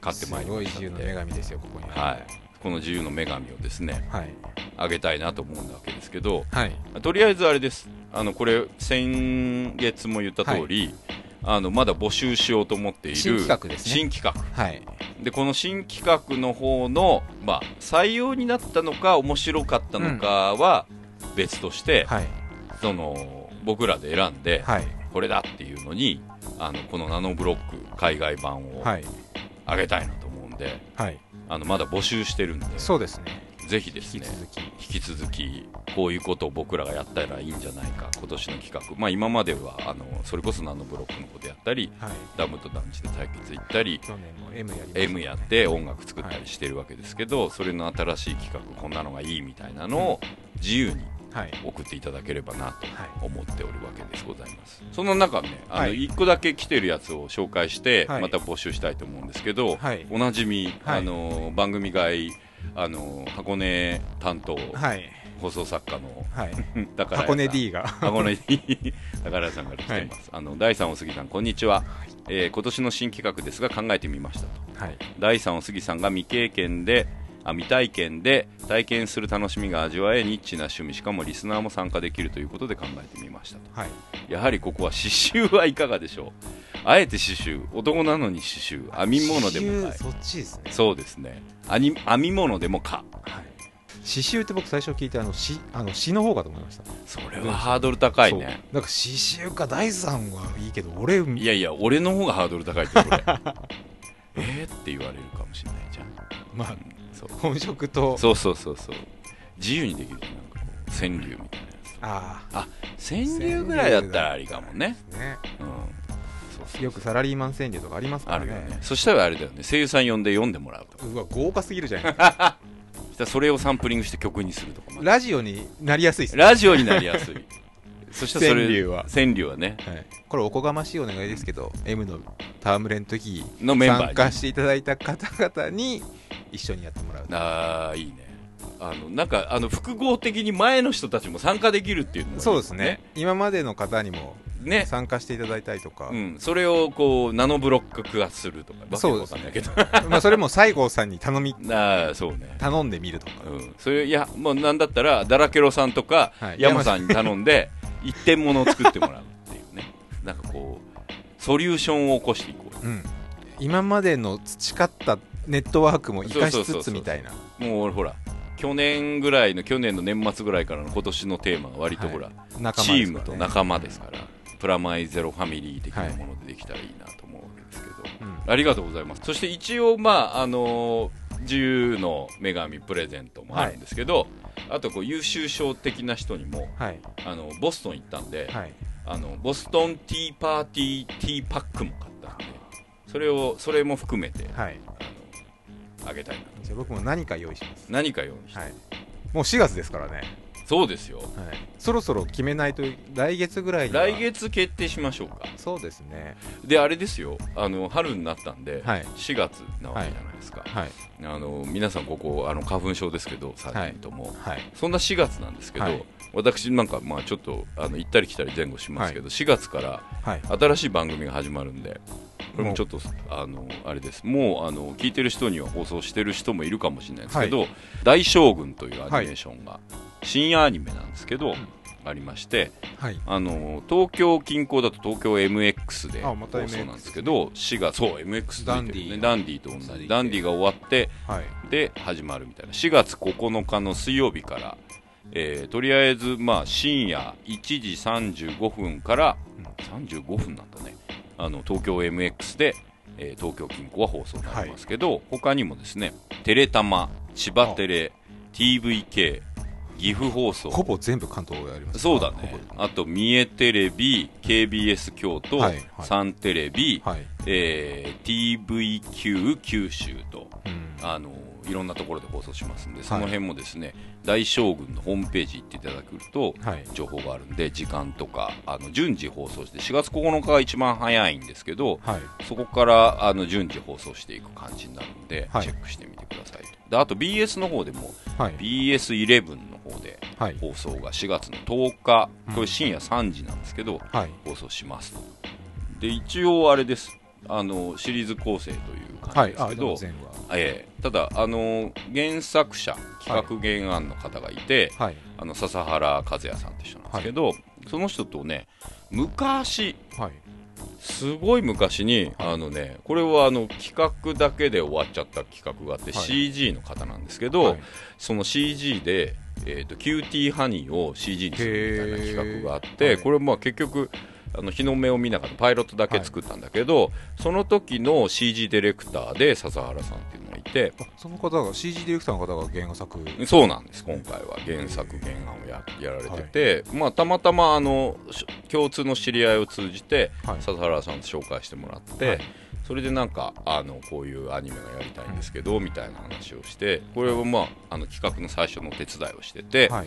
[SPEAKER 2] 買って
[SPEAKER 3] す
[SPEAKER 2] まいり
[SPEAKER 3] ご
[SPEAKER 2] ま
[SPEAKER 3] い
[SPEAKER 2] した
[SPEAKER 3] 自由
[SPEAKER 2] の
[SPEAKER 3] の
[SPEAKER 2] で
[SPEAKER 3] 女神ですよここに
[SPEAKER 2] はい、この自由の女神をですね
[SPEAKER 3] はい
[SPEAKER 2] あげたいなと思うんだわけですけど、
[SPEAKER 3] はい
[SPEAKER 2] とりあえずあれです、あのこれ、先月も言った通り、あのまだ募集しようと思っている
[SPEAKER 3] 新企画ですね
[SPEAKER 2] 新企
[SPEAKER 3] はい
[SPEAKER 2] 画でこの新企画の方のまあ、採用になったのか、面白かったのかは別として、
[SPEAKER 3] はい
[SPEAKER 2] その僕らで選んで、
[SPEAKER 3] はい
[SPEAKER 2] これだっていうのに、あのこのナノブロック、海外版を
[SPEAKER 3] はい
[SPEAKER 2] あげたいなと思うんで、
[SPEAKER 3] はい
[SPEAKER 2] あのまだ募集してるんで、
[SPEAKER 3] そうですね
[SPEAKER 2] ぜひです
[SPEAKER 3] 引き
[SPEAKER 2] ね。
[SPEAKER 3] 続き
[SPEAKER 2] 引き続きこういうことを僕らがやったらいいんじゃないか今年の企画、まあ、今まではあのそれこそナノブロックのことやったり
[SPEAKER 3] はい
[SPEAKER 2] ダムと団地で対決行ったり
[SPEAKER 3] 去年も M やりました
[SPEAKER 2] M やって音楽作ったりしてるわけですけど、それの新しい企画こんなのがいいみたいなのを自由に
[SPEAKER 3] はい
[SPEAKER 2] 送っていただければな
[SPEAKER 3] はい
[SPEAKER 2] と思っておるわけですございますその中ねあ
[SPEAKER 3] は
[SPEAKER 2] の
[SPEAKER 3] い
[SPEAKER 2] 1個だけ来てるやつを紹介して
[SPEAKER 3] はい
[SPEAKER 2] また募集したいと思うんですけど、
[SPEAKER 3] はい
[SPEAKER 2] おなじみ、
[SPEAKER 3] は
[SPEAKER 2] あ
[SPEAKER 3] い
[SPEAKER 2] の番組外あの箱根担当、
[SPEAKER 3] はい
[SPEAKER 2] 放送作家の
[SPEAKER 3] はい
[SPEAKER 2] だから
[SPEAKER 3] 箱根 D が
[SPEAKER 2] 箱根 D 高原さんから来てます、あの第三お杉さんこんにちはえー今年の新企画ですが考えてみましたと
[SPEAKER 3] はい
[SPEAKER 2] 第3を杉さんが未経験であ未体験で体験する楽しみが味わえニッチな趣味しかもリスナーも参加できるということで考えてみましたと
[SPEAKER 3] はい
[SPEAKER 2] やはりここは刺繍はいかがでしょうあえて刺繍男なのに刺繍編み物でもか
[SPEAKER 3] 刺繍そっちですね
[SPEAKER 2] いそうですねあに編み物でもか
[SPEAKER 3] はい刺繍って僕最初聞いてあの詩あの詩の方かと思いました
[SPEAKER 2] それはハードル高い
[SPEAKER 3] そう
[SPEAKER 2] ね
[SPEAKER 3] なんか刺繍か第三はいいけど俺
[SPEAKER 2] いやいや俺の方がハードル高いってこれ えーって言われるかもしれないじゃん
[SPEAKER 3] まあ
[SPEAKER 2] そう
[SPEAKER 3] 本職と
[SPEAKER 2] そうそうそうそう自由にできるじゃんなんかこう川柳みたいなやつ
[SPEAKER 3] あ
[SPEAKER 2] 川柳ぐらいだったらありかもね、
[SPEAKER 3] あね
[SPEAKER 2] うん、そうそう
[SPEAKER 3] よくサラリーマン川柳とかありますか
[SPEAKER 2] あ
[SPEAKER 3] ら
[SPEAKER 2] る
[SPEAKER 3] ね
[SPEAKER 2] よねそしたらあれだよね声優さん呼んで読んでもらうとか
[SPEAKER 3] うわ豪華すぎるじゃない
[SPEAKER 2] そしたらそれをサンプリングして曲にするとかもある
[SPEAKER 3] ラジオになりやすいですね
[SPEAKER 2] ラジオになりやすいそしたらそれ
[SPEAKER 3] 川柳は
[SPEAKER 2] 川柳はね
[SPEAKER 3] はい、これおこがましいお願いですけど M の戯れの時
[SPEAKER 2] のメンバーに
[SPEAKER 3] 参加していただいた方々に一緒にやってもらう
[SPEAKER 2] ああいいねあのなんかあの複合的に前の人たちも参加できるっていうのもいい
[SPEAKER 3] そうですね今までの方にも
[SPEAKER 2] ね
[SPEAKER 3] 参加していただいたりとか、
[SPEAKER 2] うん、それをこうナノブロック化するとかわけ
[SPEAKER 3] そう
[SPEAKER 2] わ
[SPEAKER 3] です
[SPEAKER 2] かんな
[SPEAKER 3] ね
[SPEAKER 2] いけど
[SPEAKER 3] まあそれも西郷さんに頼み
[SPEAKER 2] ああそうね
[SPEAKER 3] 頼んでみるとか
[SPEAKER 2] うん、それいやもうなんだったらだらけろさんとか、
[SPEAKER 3] はい
[SPEAKER 2] 山さんに頼んで一点物を作ってもらうっていうね なんかこうソリューションを起こしていこ
[SPEAKER 3] うん、今までの培ったネットワークも生かし
[SPEAKER 2] そうそう
[SPEAKER 3] つ
[SPEAKER 2] そうそう
[SPEAKER 3] つみたいな
[SPEAKER 2] うもう俺ほら去年ぐらいの去年の年末ぐらいからの今年のテーマが割とほら、
[SPEAKER 3] 仲
[SPEAKER 2] チー
[SPEAKER 3] 間で
[SPEAKER 2] ム
[SPEAKER 3] すからね
[SPEAKER 2] と仲間ですからプラマイゼロファミリー的なものでできたらいいなと思うわけですけど、
[SPEAKER 3] うん
[SPEAKER 2] ありがとうございますそして一応まああのー自由の女神プレゼントもあるんですけど、あとこう優秀賞的な人にも
[SPEAKER 3] はい
[SPEAKER 2] あのボストン行ったんで、
[SPEAKER 3] はい
[SPEAKER 2] あのボストンティーパーティーティーパックも買ったんでそれをそれも含めて
[SPEAKER 3] はい
[SPEAKER 2] あのあげたいな
[SPEAKER 3] じゃあ僕も何か用意します
[SPEAKER 2] 何か用意して、
[SPEAKER 3] はいもう4月ですからね、
[SPEAKER 2] そうですよ
[SPEAKER 3] はい、そろそろ決めないと来月ぐらいには
[SPEAKER 2] 来月決定しましょうか
[SPEAKER 3] そうですね
[SPEAKER 2] であれですよあの春になったんで、
[SPEAKER 3] はい
[SPEAKER 2] 4月なわけじゃないですか、
[SPEAKER 3] はい
[SPEAKER 2] あの皆さんここあの花粉症ですけど3人とも、
[SPEAKER 3] はい
[SPEAKER 2] そんな4月なんですけど、
[SPEAKER 3] はい
[SPEAKER 2] 私なんかまあちょっとあの行ったり来たり前後しますけど、4月から
[SPEAKER 3] はい
[SPEAKER 2] 新しい番組が始まるんでこれもちょっとあのあれですもうあの聞いてる人には放送してる人もいるかもしれないですけど「大将軍」というアニメーションが深夜アニメなんですけど、ありまして
[SPEAKER 3] はい
[SPEAKER 2] あの東京近郊だと東京 MX で
[SPEAKER 3] あ
[SPEAKER 2] 放
[SPEAKER 3] また MX
[SPEAKER 2] 送なんですけど4月そう MX
[SPEAKER 3] ダンディー
[SPEAKER 2] ねダンディーと同
[SPEAKER 3] ダンディー
[SPEAKER 2] じ
[SPEAKER 3] で
[SPEAKER 2] ダンディーが終わって
[SPEAKER 3] はい
[SPEAKER 2] で始まるみたいな4月9日の水曜日から、えーとりあえずまあ深夜1時35分から、35分なんだねあの東京 MX で、えー東京近郊は放送になりますけど、他にもですねテレタマ千葉テレ TVK 岐阜放
[SPEAKER 3] ほ
[SPEAKER 2] 送
[SPEAKER 3] ぼ全部関東やります
[SPEAKER 2] そうだねあと三重テレビ KBS 京都、
[SPEAKER 3] はいはい
[SPEAKER 2] サンテレビ、
[SPEAKER 3] はい
[SPEAKER 2] えー TVQ 九州と
[SPEAKER 3] うん
[SPEAKER 2] あのいろんなところで放送しますんで、その辺もですね大将軍のホームページ行っていただくと、
[SPEAKER 3] はい
[SPEAKER 2] 情報があるんで、時間とかあの順次放送して、4月9日が一番早いんですけど、
[SPEAKER 3] はい
[SPEAKER 2] そこからあの順次放送していく感じになるんで、
[SPEAKER 3] はい
[SPEAKER 2] チェックしてみてくださいとであと BS の方でも、
[SPEAKER 3] はい
[SPEAKER 2] BS11 の方で
[SPEAKER 3] はい
[SPEAKER 2] 放送が4月の10日、
[SPEAKER 3] うん
[SPEAKER 2] これ深夜3時なんですけど、
[SPEAKER 3] はい
[SPEAKER 2] 放送しますとで一応、あれですあのシリーズ構成という
[SPEAKER 3] は
[SPEAKER 2] 感じ
[SPEAKER 3] い
[SPEAKER 2] です
[SPEAKER 3] あ
[SPEAKER 2] け
[SPEAKER 3] で
[SPEAKER 2] ど、
[SPEAKER 3] も前後
[SPEAKER 2] ええただ、あの原作者、企画原案の方がいて、
[SPEAKER 3] ははい
[SPEAKER 2] あの笹原和也さんって人なんですけど、その人とね、昔、
[SPEAKER 3] はい
[SPEAKER 2] すごい昔に、
[SPEAKER 3] はい
[SPEAKER 2] あのね、これはあの企画だけで終わっちゃった企画があって、
[SPEAKER 3] はい
[SPEAKER 2] CG の方なんですけど、
[SPEAKER 3] はい
[SPEAKER 2] その CG で、えー、とキューティーハニーを CG にするみたいな企画があって、
[SPEAKER 3] へーはい
[SPEAKER 2] これまあ結局あの日の目を見ながらパイロットだけ作ったんだけど、その時の CG ディレクターで笹原さんっていうのがいて
[SPEAKER 3] あその方が CG ディレクターの方が原作
[SPEAKER 2] そうなんです今回は原作原案をややられてて、まあ、たまたまあのし共通の知り合いを通じて、
[SPEAKER 3] はい
[SPEAKER 2] 笹原さんと紹介してもらって、
[SPEAKER 3] はい
[SPEAKER 2] それでなんかあのこういうアニメがやりたいんですけど、みたいな話をしてこれを、まあ、あの企画の最初の手伝いをしてて、
[SPEAKER 3] はい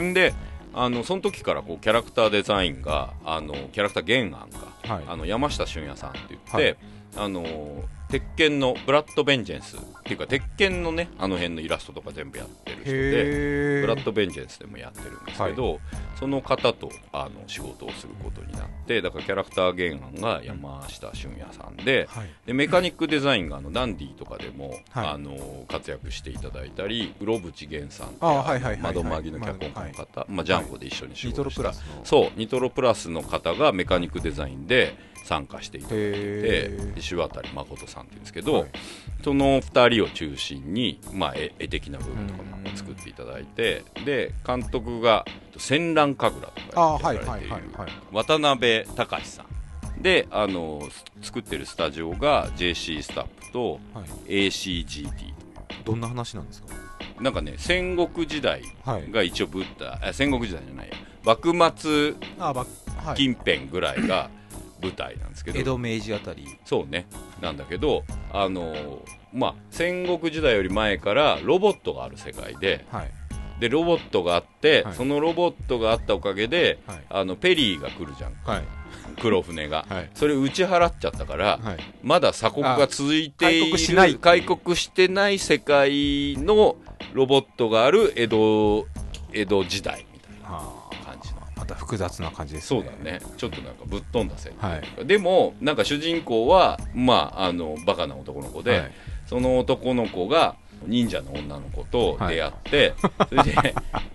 [SPEAKER 2] んであのその時からこうキャラクターデザインがあのキャラクター原案か、
[SPEAKER 3] はい
[SPEAKER 2] あの山下俊也さんって言って、
[SPEAKER 3] はい
[SPEAKER 2] あのー鉄拳のブラッドベンジェンスっていうか鉄拳のねあの辺のイラストとか全部やってる人で
[SPEAKER 3] へ
[SPEAKER 2] ブラッ
[SPEAKER 3] ー
[SPEAKER 2] ドベンジェンスでもやってるんですけど、その方とあの仕事をすることになってだからキャラクター原案が山下俊也さんで、
[SPEAKER 3] はい
[SPEAKER 2] でメカニックデザインがあのダンディとかでも、
[SPEAKER 3] はい
[SPEAKER 2] あの活躍していただいたりうろぶちげんさんって
[SPEAKER 3] あはいはいはいはい
[SPEAKER 2] 窓マギの脚本家の方、まあ、ジャンボで一緒に仕
[SPEAKER 3] ニ
[SPEAKER 2] 事
[SPEAKER 3] トロ
[SPEAKER 2] した、
[SPEAKER 3] プラスの
[SPEAKER 2] そうニトロプラスの方がメカニックデザインで参加していただいて
[SPEAKER 3] へ
[SPEAKER 2] で柴渡誠さんっていうんですけど、
[SPEAKER 3] はい
[SPEAKER 2] その2人を中心に、まあ、絵絵的な部分とかも作っていただいてで監督が「戦乱神楽」とか
[SPEAKER 3] あ
[SPEAKER 2] や
[SPEAKER 3] ーはい
[SPEAKER 2] られ
[SPEAKER 3] は
[SPEAKER 2] て
[SPEAKER 3] い
[SPEAKER 2] い
[SPEAKER 3] はい
[SPEAKER 2] る
[SPEAKER 3] はい
[SPEAKER 2] 渡辺隆さんであのす作ってるスタジオが JC スタッフと
[SPEAKER 3] はい
[SPEAKER 2] ACGT
[SPEAKER 3] どんな話なんですか
[SPEAKER 2] なんかね戦国時代
[SPEAKER 3] はい
[SPEAKER 2] が一応舞台、あ戦国時代じゃないや幕末
[SPEAKER 3] あばはい
[SPEAKER 2] 近辺ぐらいが舞台なんですけど、
[SPEAKER 3] 江戸明治あたり
[SPEAKER 2] そうねなんだけどあのまあ戦国時代より前からロボットがある世界で
[SPEAKER 3] はい
[SPEAKER 2] でロボットがあって、
[SPEAKER 3] はい
[SPEAKER 2] そのロボットがあったおかげで、
[SPEAKER 3] はい
[SPEAKER 2] あのペリーが来るじゃん
[SPEAKER 3] はい
[SPEAKER 2] 黒船が、
[SPEAKER 3] はい
[SPEAKER 2] それ打ち払っちゃったから、
[SPEAKER 3] はい
[SPEAKER 2] まだ鎖国が続いている
[SPEAKER 3] あ開国しない
[SPEAKER 2] 開国してない世界のロボットがある江戸江戸時代みたい
[SPEAKER 3] は
[SPEAKER 2] な感じの
[SPEAKER 3] あまた複雑な感じです
[SPEAKER 2] そう
[SPEAKER 3] ね
[SPEAKER 2] だねちょっとなんかぶっ飛んだ設定、
[SPEAKER 3] はい
[SPEAKER 2] でもなんか主人公はまああのバカな男の子で、
[SPEAKER 3] はい
[SPEAKER 2] その男の子が忍者の女の子と出会って、それで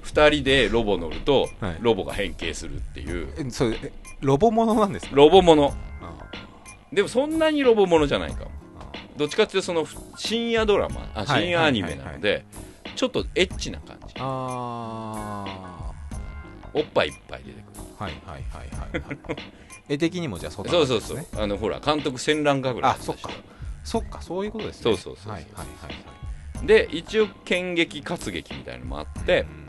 [SPEAKER 2] 2人でロボ乗ると、
[SPEAKER 3] はい
[SPEAKER 2] ロボが変形するっていう
[SPEAKER 3] えそれえロボものなんですか
[SPEAKER 2] ロボもの
[SPEAKER 3] あ
[SPEAKER 2] でもそんなにロボものじゃないかも
[SPEAKER 3] あ
[SPEAKER 2] どっちかっていうとその深夜ドラマあ
[SPEAKER 3] はい
[SPEAKER 2] 深夜アニメなので、ちょっとエッチな感じ
[SPEAKER 3] あ
[SPEAKER 2] おっぱいいっぱい出てくる
[SPEAKER 3] ーはいはいはいはいはい 絵的にもじゃあそうなん
[SPEAKER 2] そう
[SPEAKER 3] です
[SPEAKER 2] そ
[SPEAKER 3] ね
[SPEAKER 2] うそう、あのほら監督戦乱神楽
[SPEAKER 3] あそっかそっかそういうことですね
[SPEAKER 2] そうそうそうそう
[SPEAKER 3] はいはいはいは
[SPEAKER 2] で一応剣劇活劇みたいのもあっ
[SPEAKER 3] い
[SPEAKER 2] て、
[SPEAKER 3] うん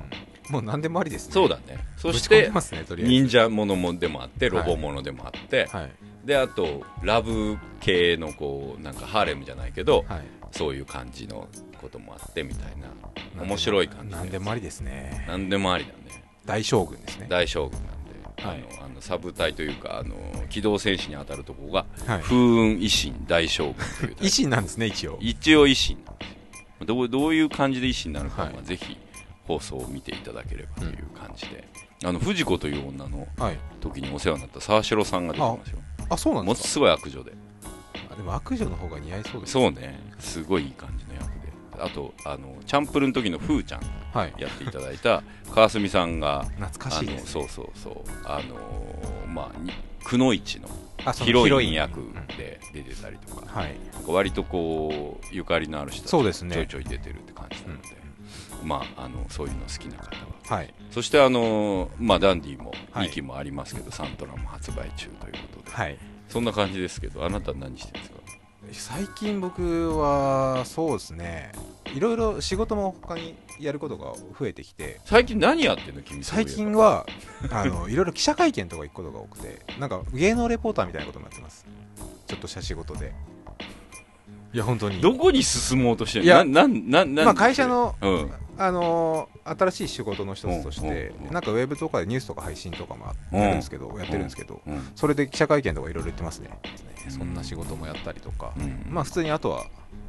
[SPEAKER 3] もう何でもありですね
[SPEAKER 2] そうだねそ
[SPEAKER 3] ぶ
[SPEAKER 2] し
[SPEAKER 3] ち込んで
[SPEAKER 2] て
[SPEAKER 3] ますねとりあえ
[SPEAKER 2] 忍者ものもでもあってロボものでもあって、
[SPEAKER 3] ずはい
[SPEAKER 2] であとラブ系のこうなんかハーレムじゃないけど、
[SPEAKER 3] はい
[SPEAKER 2] そういう感じのこともあってみたいな
[SPEAKER 3] なんでも
[SPEAKER 2] 面白い感じ
[SPEAKER 3] なんでもありですね
[SPEAKER 2] 何でもありだね
[SPEAKER 3] 大将軍ですね
[SPEAKER 2] 大将軍なんで、
[SPEAKER 3] はい
[SPEAKER 2] あのあのサブ隊というかあの機動戦士に当たるところが、
[SPEAKER 3] はい
[SPEAKER 2] 風雲維新大将軍というタイ
[SPEAKER 3] 維
[SPEAKER 2] プ
[SPEAKER 3] 新なんですね一応
[SPEAKER 2] 一応維新なんですよどうどういう感じで維新なのかは、
[SPEAKER 3] はい
[SPEAKER 2] ぜひ放送を見ていただければという感じで、あの藤子という女の
[SPEAKER 3] はい
[SPEAKER 2] 時にお世話になった沢城さんが出てますよ
[SPEAKER 3] あそうなん
[SPEAKER 2] も
[SPEAKER 3] で
[SPEAKER 2] の
[SPEAKER 3] す
[SPEAKER 2] すごい悪女で
[SPEAKER 3] かあでも悪女の方が似合いそうです
[SPEAKER 2] そうねすごいいい感じの役であとあのチャンプルの時のふーちゃん
[SPEAKER 3] はい
[SPEAKER 2] やっていただいた川澄さんが
[SPEAKER 3] 懐かしいです
[SPEAKER 2] あのそうそうそうあのーまあにくのいちの
[SPEAKER 3] あその
[SPEAKER 2] ヒロイン
[SPEAKER 3] ヒ
[SPEAKER 2] 役
[SPEAKER 3] ロインうん
[SPEAKER 2] で出てたりとか
[SPEAKER 3] はい
[SPEAKER 2] なんか割とこうゆかりのある人たち
[SPEAKER 3] そうですね
[SPEAKER 2] ちょいちょい出てるって感じなので、まああのそういうの好きな方は
[SPEAKER 3] はい
[SPEAKER 2] そしてあのーまあダンディも
[SPEAKER 3] はい
[SPEAKER 2] 2期もありますけど、サントラも発売中ということで、
[SPEAKER 3] はい
[SPEAKER 2] そんな感じですけどあなた何してるんですか
[SPEAKER 3] 最近僕はそうですねいろいろ仕事も他にやることが増えてきて
[SPEAKER 2] 最近何やってんの君
[SPEAKER 3] 最近
[SPEAKER 2] は
[SPEAKER 3] はあのいろいろ記者会見とか行くことが多くてなんか芸能レポーターみたいなこともやってますちょっとした仕事でいや本当に
[SPEAKER 2] どこに進もうとしてる
[SPEAKER 3] いや
[SPEAKER 2] ななんなんなん
[SPEAKER 3] まあ会社の
[SPEAKER 2] うん
[SPEAKER 3] あのー新しい仕事の一つとして
[SPEAKER 2] うんうんうん
[SPEAKER 3] なんかウェブとかでニュースとか配信とかもあやるんですけどやってるんですけど
[SPEAKER 2] うん
[SPEAKER 3] それで記者会見とかいろいろ言ってますね
[SPEAKER 2] うん
[SPEAKER 3] そんな仕事もやったりとか
[SPEAKER 2] うん
[SPEAKER 3] まあ普通にあとは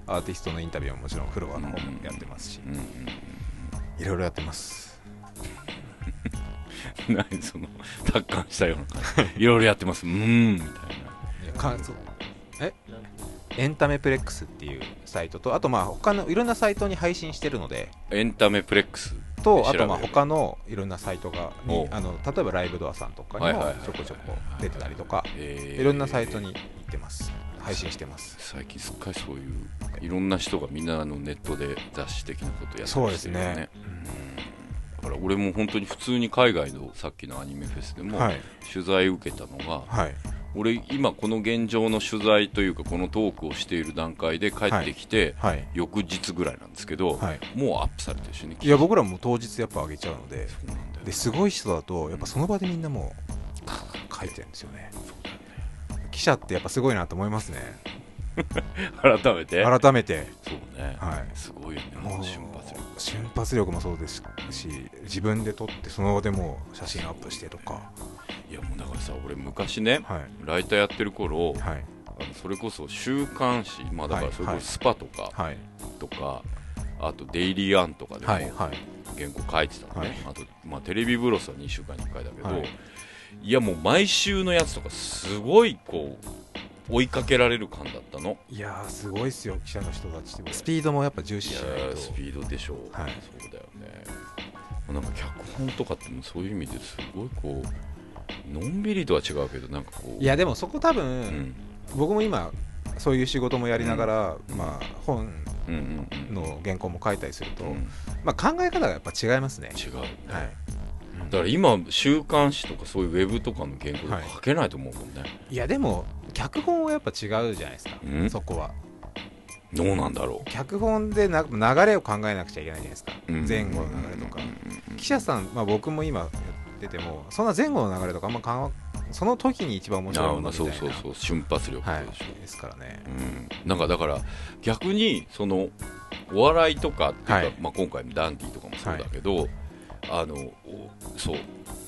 [SPEAKER 3] アーティストのインタビューももちろんフロアの方もやってますし
[SPEAKER 2] うん
[SPEAKER 3] いろいろやってます
[SPEAKER 2] うん、何その達観したような感じいろいろやってますうーんみたいない
[SPEAKER 3] やかえエンタメプレックスっていうサイトとあとまあ他のいろんなサイトに配信してるので
[SPEAKER 2] エンタメプレックスで
[SPEAKER 3] と
[SPEAKER 2] 調
[SPEAKER 3] あ
[SPEAKER 2] べれ
[SPEAKER 3] と
[SPEAKER 2] ば
[SPEAKER 3] まあ他のいろんなサイトがに
[SPEAKER 2] おう
[SPEAKER 3] あの例えばライブドアさんとか
[SPEAKER 2] はい
[SPEAKER 3] に
[SPEAKER 2] はい
[SPEAKER 3] も
[SPEAKER 2] はい
[SPEAKER 3] ちょこちょこ出てたりとか
[SPEAKER 2] えー
[SPEAKER 3] いろんなサイトに行ってます配信してます
[SPEAKER 2] 最近すっかりそういういろんな人がみんなあのネットで雑誌的なことやって
[SPEAKER 3] そう
[SPEAKER 2] ま
[SPEAKER 3] ですね
[SPEAKER 2] だから俺も本当に普通に海外のさっきのアニメフェスでも
[SPEAKER 3] はい
[SPEAKER 2] 取材受けたのが、
[SPEAKER 3] はい
[SPEAKER 2] 俺今この現状の取材というかこのトークをしている段階で帰ってきて、
[SPEAKER 3] はい
[SPEAKER 2] 翌日ぐらいなんですけど、
[SPEAKER 3] はい
[SPEAKER 2] もうアップされてるしね
[SPEAKER 3] いや僕らも当日やっぱ上げちゃうので
[SPEAKER 2] そうなんだよ
[SPEAKER 3] ですごい人だとやっぱその場でみんなもう書いてるんですよね記者ってやっぱすごいなと思いますね
[SPEAKER 2] 改めて
[SPEAKER 3] 改めて
[SPEAKER 2] そうね、
[SPEAKER 3] はい
[SPEAKER 2] すごいよねも
[SPEAKER 3] もう
[SPEAKER 2] う瞬発力
[SPEAKER 3] 瞬発力もそうですし自分で撮ってその場でもう写真アップしてとか
[SPEAKER 2] いやもうだからさ俺昔ね、
[SPEAKER 3] は
[SPEAKER 2] ライターやってる頃
[SPEAKER 3] いはい
[SPEAKER 2] あのそれこそ週刊誌、まあ、だからそれこそスパとか、
[SPEAKER 3] はい
[SPEAKER 2] とかあとデイリーアンとかでも
[SPEAKER 3] はいはい
[SPEAKER 2] 原稿書いてたのね、
[SPEAKER 3] はい
[SPEAKER 2] あと、まあ、テレビブロスは2週間に1回だけど、
[SPEAKER 3] はい
[SPEAKER 2] い、やもう毎週のやつとかすごいこう追いかけられる感だったの
[SPEAKER 3] いやーすごいっすよ記者の人たちってスピードもやっぱ重視
[SPEAKER 2] いや
[SPEAKER 3] しない
[SPEAKER 2] ースピードでしょう、
[SPEAKER 3] はい
[SPEAKER 2] そうだよねなんか脚本とかってもそういう意味ですごいこうのんびりとは違うけどなんかことう
[SPEAKER 3] いやでもそこ多
[SPEAKER 2] う
[SPEAKER 3] 分
[SPEAKER 2] ん
[SPEAKER 3] 僕も今そういう仕事もやりながらまあ本
[SPEAKER 2] うんうんうん
[SPEAKER 3] の原稿も書いたりすると
[SPEAKER 2] うん
[SPEAKER 3] まあ考え方がやっぱ違いますね
[SPEAKER 2] 違う、
[SPEAKER 3] はい
[SPEAKER 2] だから今週刊誌とかそういうウェブとかの原稿
[SPEAKER 3] はい
[SPEAKER 2] で書けないと思うもんね、
[SPEAKER 3] いやでも脚本はやっぱ違うじゃないですか
[SPEAKER 2] うん
[SPEAKER 3] そこは
[SPEAKER 2] どうなんだろ
[SPEAKER 3] 脚本でな流れを考えなくちゃいけないじゃないですか
[SPEAKER 2] う、うん
[SPEAKER 3] 前後の流れとか
[SPEAKER 2] うんうんうんうん
[SPEAKER 3] 記者さん、まあ、僕も今やっててもそんな前後の流れとかあんま考えその時に一番面白いもの
[SPEAKER 2] あ
[SPEAKER 3] みた
[SPEAKER 2] そ
[SPEAKER 3] いな
[SPEAKER 2] うそうそう瞬発力
[SPEAKER 3] はい
[SPEAKER 2] でしょ、
[SPEAKER 3] ですからね
[SPEAKER 2] うん、なんかだから逆にそのお笑いとかっていうか、
[SPEAKER 3] はい
[SPEAKER 2] まあ、今回のダンディとかもそうだけど、あのおそう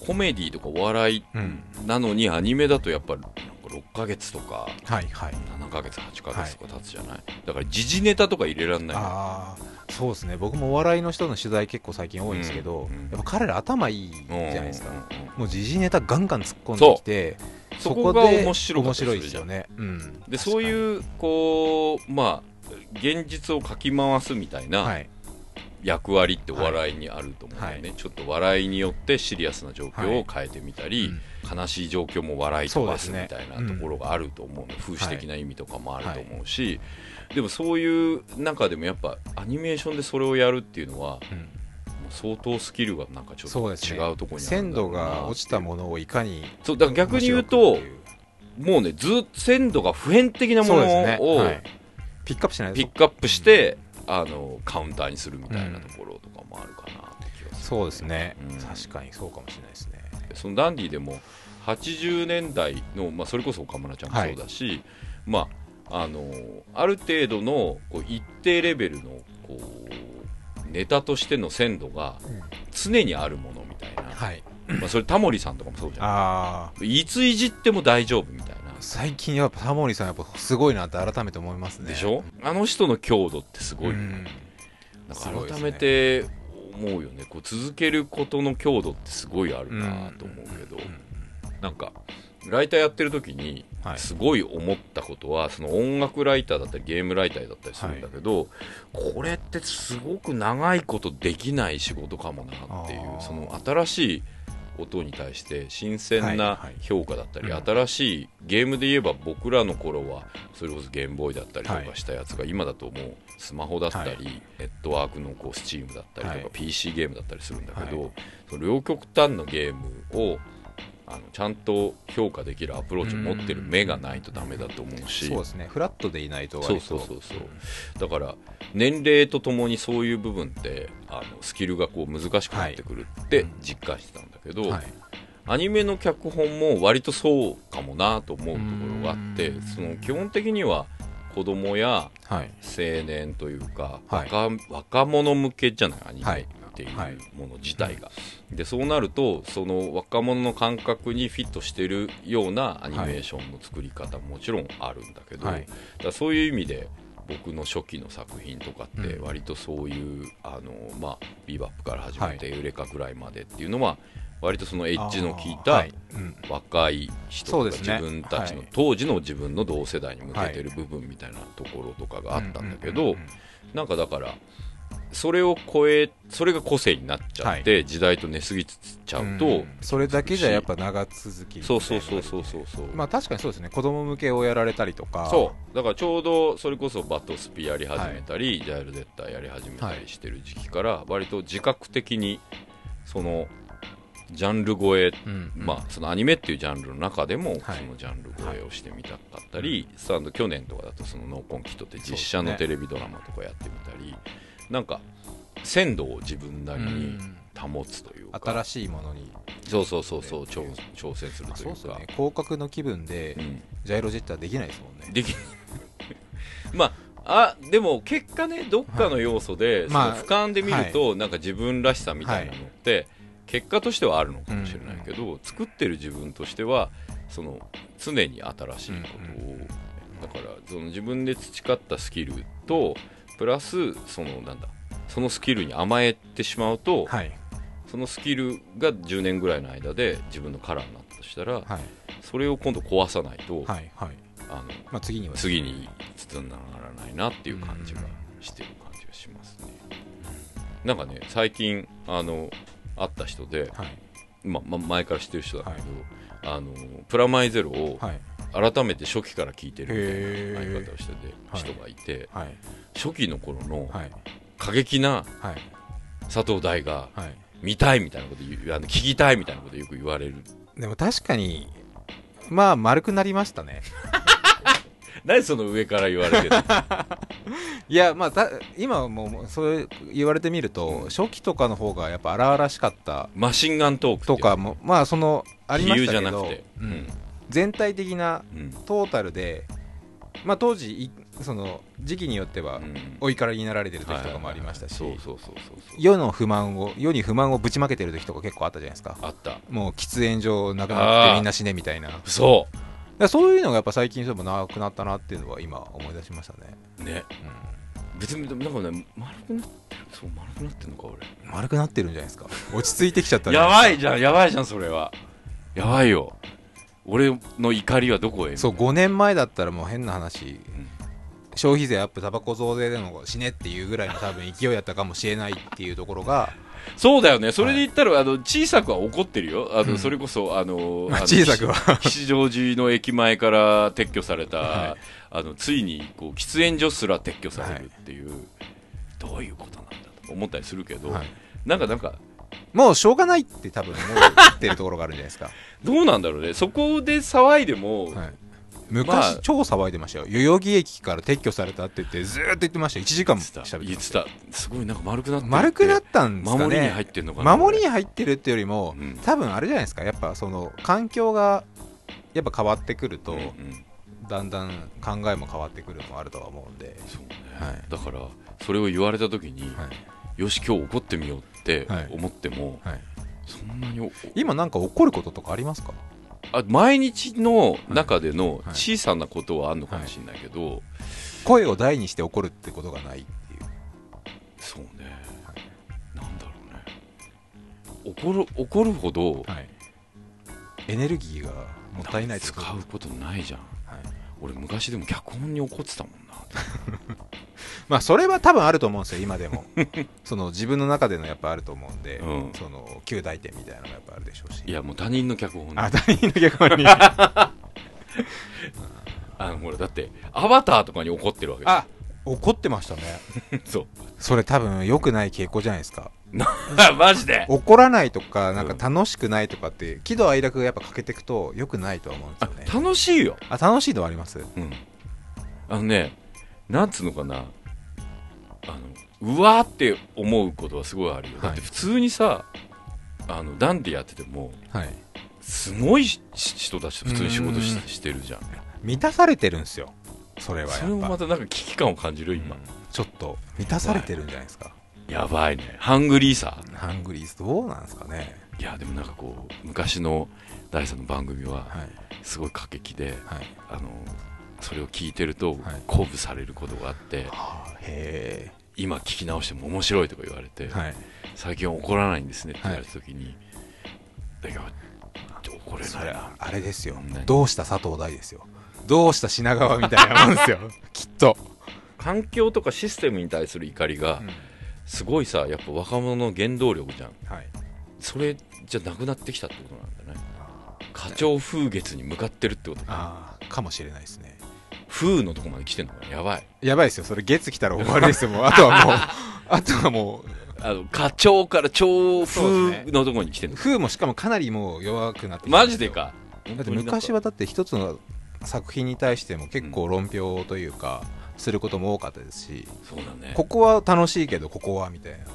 [SPEAKER 2] コメディとかお笑い
[SPEAKER 3] うん
[SPEAKER 2] なのにアニメだとやっぱなんか6ヶ月とか
[SPEAKER 3] はいはい
[SPEAKER 2] 7ヶ月8ヶ月とか経つじゃない、だから時事ネタとか入れられない
[SPEAKER 3] ああそうですね僕もお笑いの人の取材結構最近多いんですけど、
[SPEAKER 2] うんうん
[SPEAKER 3] やっぱ彼ら頭いいじゃ
[SPEAKER 2] うん
[SPEAKER 3] ないですか、
[SPEAKER 2] うんうん
[SPEAKER 3] もう時事ネタガンガン突っ込んできて
[SPEAKER 2] そこが面白か
[SPEAKER 3] 面
[SPEAKER 2] ったり
[SPEAKER 3] 白
[SPEAKER 2] する
[SPEAKER 3] いです
[SPEAKER 2] じゃん
[SPEAKER 3] よね、うん、
[SPEAKER 2] でそう
[SPEAKER 3] う
[SPEAKER 2] いうこうまあ現実をかき回すみたいな、
[SPEAKER 3] はい
[SPEAKER 2] 役割ってお笑いにあると思うんだよね、
[SPEAKER 3] はい
[SPEAKER 2] ちょっと笑いによってシリアスな状況を変えてみたり、悲しい状況も笑い飛ばす
[SPEAKER 3] そうですね
[SPEAKER 2] みたいなところがあると思うの、風刺的な意味とかもあると思うし、でもそういう中でもやっぱアニメーションでそれをやるっていうのはも
[SPEAKER 3] うんうん
[SPEAKER 2] う相当スキルがなんかちょっ
[SPEAKER 3] そう
[SPEAKER 2] と
[SPEAKER 3] です
[SPEAKER 2] 違
[SPEAKER 3] ね
[SPEAKER 2] うところにあるん
[SPEAKER 3] 鮮
[SPEAKER 2] だろ
[SPEAKER 3] 度
[SPEAKER 2] うな
[SPEAKER 3] が落ちたものをいかに
[SPEAKER 2] そうだから逆に言うともうねずっと鮮度が普遍的なも
[SPEAKER 3] そう
[SPEAKER 2] の
[SPEAKER 3] ですね、
[SPEAKER 2] を、
[SPEAKER 3] はいピックアップしない
[SPEAKER 2] ピ
[SPEAKER 3] と
[SPEAKER 2] ックアップして、あのカウンターにするみたいなところとかもあるかなって気がする
[SPEAKER 3] そうですね、
[SPEAKER 2] うん
[SPEAKER 3] 確かにそうかもしれないですね
[SPEAKER 2] そのダンディでも80年代の、まあ、それこそ岡村ちゃんもそうだし、まあ、あのある程度のこう一定レベルのこうネタとしての鮮度が常にあるものみたいな、
[SPEAKER 3] はい
[SPEAKER 2] まあ、それタモリさんとかもそうじゃ
[SPEAKER 3] ああ
[SPEAKER 2] ないいついじっても大丈夫みたいな、
[SPEAKER 3] 最近やっぱタモリさんやっぱすごいなって改めて思いますね
[SPEAKER 2] でしょあの人の強度ってすごいよ
[SPEAKER 3] う
[SPEAKER 2] ね、
[SPEAKER 3] ん
[SPEAKER 2] なんか改めて思うよねこう続けることの強度ってすごいあるなと思うけど、なんかライターやってる時に
[SPEAKER 3] はい
[SPEAKER 2] すごい思ったことは、その音楽ライターだったりゲームライターだったりするんだけど、これってすごく長いことできない仕事かもなっていう
[SPEAKER 3] あー
[SPEAKER 2] その新しい音に対して新鮮
[SPEAKER 3] はい
[SPEAKER 2] な
[SPEAKER 3] はい
[SPEAKER 2] 評価だったり、
[SPEAKER 3] うん
[SPEAKER 2] 新しいゲームで言えば僕らの頃はそれこそゲームボーイだったりとかしたやつが今だともうスマホだったり、
[SPEAKER 3] は
[SPEAKER 2] ネットワークのこうスチームだったりとか、
[SPEAKER 3] はい
[SPEAKER 2] PC ゲームだったりするんだけど、
[SPEAKER 3] はい
[SPEAKER 2] その両極端のゲームをあのちゃんと評価できるアプローチを持ってる目がないとダメだと思うし。
[SPEAKER 3] そうですねフラットでいないと割
[SPEAKER 2] そう
[SPEAKER 3] と
[SPEAKER 2] そうそうそうだから年齢とともにそういう部分ってあのスキルがこう難しくなってくるっ
[SPEAKER 3] はいう
[SPEAKER 2] て
[SPEAKER 3] ん
[SPEAKER 2] 実感してたんだけど、
[SPEAKER 3] はい
[SPEAKER 2] アニメの脚本も割とそうかもなと思うところがあって
[SPEAKER 3] うん
[SPEAKER 2] その基本的には子供や
[SPEAKER 3] はい
[SPEAKER 2] 青年というか、
[SPEAKER 3] はい
[SPEAKER 2] 若若者向けじゃないアニ
[SPEAKER 3] はい
[SPEAKER 2] メっていう
[SPEAKER 3] はい
[SPEAKER 2] もの自体が、でそうなるとその若者の感覚にフィットしてるようなアニメーションの作り方ももちろんあるんだけど、
[SPEAKER 3] はい
[SPEAKER 2] だからそういう意味で僕の初期の作品とかって
[SPEAKER 3] うん
[SPEAKER 2] 割とそういう、あのまあ、ビバップから始めて「エウレカ」ぐらいまでっていうのは割とそのエッジの効い
[SPEAKER 3] あーは
[SPEAKER 2] た
[SPEAKER 3] いうん
[SPEAKER 2] 若い人
[SPEAKER 3] そう
[SPEAKER 2] と
[SPEAKER 3] で
[SPEAKER 2] か
[SPEAKER 3] すね
[SPEAKER 2] 自分たちの、
[SPEAKER 3] はい
[SPEAKER 2] 当時の自分の同世代に向けてる部分みたいなところとかがあったんだけど、
[SPEAKER 3] ううん
[SPEAKER 2] なんかだからそれを超えそれが個性になっちゃって、時代と寝すぎちゃうと、
[SPEAKER 3] うんそれだけじゃやっぱ長続き
[SPEAKER 2] そうそうそうそうそうそう、
[SPEAKER 3] まあ確かにそうですね子供向けをやられたりとか
[SPEAKER 2] そうだからちょうどそれこそバトスピやり始めたり、ジャイルゼッターやり始めたりしてる時期から割と自覚的にそのジャンル超え
[SPEAKER 3] う、ん、
[SPEAKER 2] まあ、そのアニメっていうジャンルの中でも
[SPEAKER 3] はい
[SPEAKER 2] そのジャンル超えをしてみたかったり、スタンド去年とかだとその「ノーコンキット」って実写の
[SPEAKER 3] そうです
[SPEAKER 2] テレビドラマとかやってみたり、なんか鮮度を自分な
[SPEAKER 3] う
[SPEAKER 2] りに
[SPEAKER 3] ん
[SPEAKER 2] 保つというか、
[SPEAKER 3] 新しいものに、
[SPEAKER 2] そうそうそうそう挑挑戦する
[SPEAKER 3] まあ、
[SPEAKER 2] と
[SPEAKER 3] そ
[SPEAKER 2] いうう
[SPEAKER 3] ですよ
[SPEAKER 2] か
[SPEAKER 3] ね広角の気分で
[SPEAKER 2] うん
[SPEAKER 3] ジャイロジェッターできないですもんね
[SPEAKER 2] でき まああでも結果ねどっかの要素で、
[SPEAKER 3] いまあ
[SPEAKER 2] その俯瞰で見ると、なんか自分らしさみたいなのって、結果としてはあるのかもしれないけど、作ってる自分としてはその常に新しいことをだからその自分で培ったスキルとプラスそのなんだそのスキルに甘えてしまうと、
[SPEAKER 3] はい
[SPEAKER 2] そのスキルが10年ぐらいの間で自分のカラーになったとしたら、
[SPEAKER 3] はい
[SPEAKER 2] それを今度壊さないと、
[SPEAKER 3] はいはい
[SPEAKER 2] あ
[SPEAKER 3] まあ次に
[SPEAKER 2] の
[SPEAKER 3] は
[SPEAKER 2] 次につながらないなっていう感じがしてる感じがしますね。なんかね最近あの会った人で、
[SPEAKER 3] はい
[SPEAKER 2] まま、前から知ってる人だけど、あのプラマイゼロを
[SPEAKER 3] はい
[SPEAKER 2] 改めて初期から聞いてるみたいな
[SPEAKER 3] へー
[SPEAKER 2] 相方をしてて
[SPEAKER 3] はい
[SPEAKER 2] 人がいて、
[SPEAKER 3] はい
[SPEAKER 2] 初期の頃の
[SPEAKER 3] はい
[SPEAKER 2] 過激な
[SPEAKER 3] はい
[SPEAKER 2] 佐藤大が
[SPEAKER 3] はい
[SPEAKER 2] 見たいみたいなこと言うあの聞きたいみたいなことよく言われる
[SPEAKER 3] でも確かにまあ丸くなりましたね
[SPEAKER 2] 何その上から言われてる
[SPEAKER 3] いやまあた今はもうそれ言われてみると、
[SPEAKER 2] うん
[SPEAKER 3] 初期とかの方がやっぱ荒々しかった
[SPEAKER 2] マシンガントークって
[SPEAKER 3] とかもまあそのあり
[SPEAKER 2] 理
[SPEAKER 3] ま
[SPEAKER 2] 由
[SPEAKER 3] し
[SPEAKER 2] じ
[SPEAKER 3] た
[SPEAKER 2] ゃ
[SPEAKER 3] け
[SPEAKER 2] なく
[SPEAKER 3] ど
[SPEAKER 2] て、う
[SPEAKER 3] うん
[SPEAKER 2] ん
[SPEAKER 3] 全体的な
[SPEAKER 2] うん
[SPEAKER 3] トータルでまあ当時いその時期によっては、
[SPEAKER 2] うん
[SPEAKER 3] お怒りになられてる時とかもありましたし、
[SPEAKER 2] はいはいはいそうそうそうそうそう
[SPEAKER 3] 世の不満を世に不満をぶちまけてる時とか結構あったじゃないですか
[SPEAKER 2] あった
[SPEAKER 3] もう喫煙所なくなっ
[SPEAKER 2] あ
[SPEAKER 3] て
[SPEAKER 2] ー
[SPEAKER 3] みんな死ねみたいなだか
[SPEAKER 2] そ
[SPEAKER 3] らそういうのがやっぱ最近そういえばなくなったなっていうのは今思い出しましたね、
[SPEAKER 2] うね別にでもなんかね丸くなってるそう丸くなってるのか
[SPEAKER 3] うん、丸くなってるんじゃないですか落ち着いてきちゃった
[SPEAKER 2] 俺
[SPEAKER 3] んじ
[SPEAKER 2] や
[SPEAKER 3] ゃな
[SPEAKER 2] ば
[SPEAKER 3] で
[SPEAKER 2] いじゃんやばいじゃんそれはやばいよ俺の怒りはどこへ
[SPEAKER 3] すかそう5年前だったらもう変な話、
[SPEAKER 2] ん
[SPEAKER 3] 消費税アップタバコ増税での死ねっていうぐらいの多分勢いやったかもしれないっていうところが
[SPEAKER 2] そうだよね、それで言ったら、あの小さくは怒ってるよ、あの
[SPEAKER 3] うん
[SPEAKER 2] それこそあ の、あの
[SPEAKER 3] 小さくは
[SPEAKER 2] 吉祥寺の駅前から撤去された、
[SPEAKER 3] は
[SPEAKER 2] あのついにこう喫煙所すら撤去されるっていう、どういうことなんだと思ったりするけど、
[SPEAKER 3] はい
[SPEAKER 2] なんか、なんか、
[SPEAKER 3] もうしょうがないって多分思ってるところがあるんじゃな いですか
[SPEAKER 2] どうなんだろうね、そこで騒いでも、
[SPEAKER 3] はい、
[SPEAKER 2] ま
[SPEAKER 3] 昔、
[SPEAKER 2] あ
[SPEAKER 3] 超騒いでましたよ代々木駅から撤去されたって言ってずーっと言ってましたよ1時間
[SPEAKER 2] 言
[SPEAKER 3] も
[SPEAKER 2] ってた、
[SPEAKER 3] 喋って
[SPEAKER 2] 言
[SPEAKER 3] ま
[SPEAKER 2] って
[SPEAKER 3] した
[SPEAKER 2] た、すごいなんか丸くなってるって
[SPEAKER 3] 丸くなったんですかね
[SPEAKER 2] 守りに入ってるのかな、
[SPEAKER 3] 守りに入ってるってよりも、
[SPEAKER 2] うん
[SPEAKER 3] 多分あれじゃないですかやっぱその環境がやっぱ変わってくると、
[SPEAKER 2] うんうん
[SPEAKER 3] だんだん考えも変わってくるのもあるとは思うんで、
[SPEAKER 2] そうね
[SPEAKER 3] はい
[SPEAKER 2] だから、それを言われた時に、
[SPEAKER 3] はい
[SPEAKER 2] よし、今日怒ってみようって
[SPEAKER 3] はい
[SPEAKER 2] 思っても、
[SPEAKER 3] はい、
[SPEAKER 2] そんなにお
[SPEAKER 3] 今なんか怒ることとかありますか
[SPEAKER 2] あ毎日の中での
[SPEAKER 3] はい
[SPEAKER 2] 小さなことはあるのかもしれないけど、
[SPEAKER 3] 声を大にして怒るってことがないっていう
[SPEAKER 2] そうね、なんだろうね怒る怒るほど
[SPEAKER 3] はいエネルギーがもったいないって
[SPEAKER 2] 使
[SPEAKER 3] こと
[SPEAKER 2] うことないじゃん
[SPEAKER 3] はい
[SPEAKER 2] 俺昔でも脚本に怒ってたもんな
[SPEAKER 3] まあそれは多分あると思うんですよ今でもその自分の中でのやっぱあると思うんで、
[SPEAKER 2] うん
[SPEAKER 3] その旧大点みたいなのがやっぱあるでしょうし
[SPEAKER 2] いやもう他人の脚本ね
[SPEAKER 3] あ他人の逆に
[SPEAKER 2] あのほらだってアバターとかに怒ってるわけ
[SPEAKER 3] あ怒ってましたね
[SPEAKER 2] そう
[SPEAKER 3] それ多分良くない傾向じゃないですか
[SPEAKER 2] マジで
[SPEAKER 3] 怒らないとかなんか楽しくないとかって喜怒哀楽がやっぱ欠けてくと良くないとは思うんです
[SPEAKER 2] あ
[SPEAKER 3] よね
[SPEAKER 2] 楽しいよ
[SPEAKER 3] あ楽しいのはあります
[SPEAKER 2] うんあのねなんつうのかなあのうわーって思うことはすごいあるよ、だって普通にさあのダンディやってても
[SPEAKER 3] はい
[SPEAKER 2] すごいし人たちと普通に仕事し
[SPEAKER 3] うん
[SPEAKER 2] してるじゃん
[SPEAKER 3] 満たされてるんですよそれはやっぱ
[SPEAKER 2] それもまたなんか危機感を感じる今、
[SPEAKER 3] ちょっと満たされてるんじゃないですか、
[SPEAKER 2] やばいねハングリーさ
[SPEAKER 3] ハングリーズどうなんですかね
[SPEAKER 2] いやでもなんかこう昔の第3の番組は
[SPEAKER 3] はい
[SPEAKER 2] すごい過激で、
[SPEAKER 3] はい
[SPEAKER 2] あのそれを聞いてると
[SPEAKER 3] はい
[SPEAKER 2] 鼓舞されることがあって、
[SPEAKER 3] あーへ
[SPEAKER 2] 今聞き直しても面白いとか言われて、
[SPEAKER 3] えはい
[SPEAKER 2] 最近は怒らないんですねって言われた時に、だけど怒れ
[SPEAKER 3] そ
[SPEAKER 2] ない
[SPEAKER 3] れ
[SPEAKER 2] な
[SPEAKER 3] あれですよ
[SPEAKER 2] 何
[SPEAKER 3] どうした佐藤大ですよどうした品川みたいなも んですよきっと、
[SPEAKER 2] 環境とかシステムに対する怒りがすごいさやっぱ若者の原動力じゃん
[SPEAKER 3] はい
[SPEAKER 2] それじゃなくなってきたってことなんだね花鳥風月に向かってるってことか
[SPEAKER 3] ああかもしれないですね
[SPEAKER 2] 風のとこまで来てんのかなやばい
[SPEAKER 3] やばいですよそれ月来たら終わりです よもうあとはもうあとはも
[SPEAKER 2] あの花鳥から鳥
[SPEAKER 3] そうです
[SPEAKER 2] 風
[SPEAKER 3] ね
[SPEAKER 2] のとこに来てん
[SPEAKER 3] う
[SPEAKER 2] のか、
[SPEAKER 3] 風もしかもかなりもう弱くなってきて
[SPEAKER 2] マ
[SPEAKER 3] ます
[SPEAKER 2] ジ
[SPEAKER 3] よ
[SPEAKER 2] でか
[SPEAKER 3] だって昔はだって一つの作品に対しても結構論評というか、することも多かったですし
[SPEAKER 2] そうだね
[SPEAKER 3] ここは楽しいけどここはみたいなのが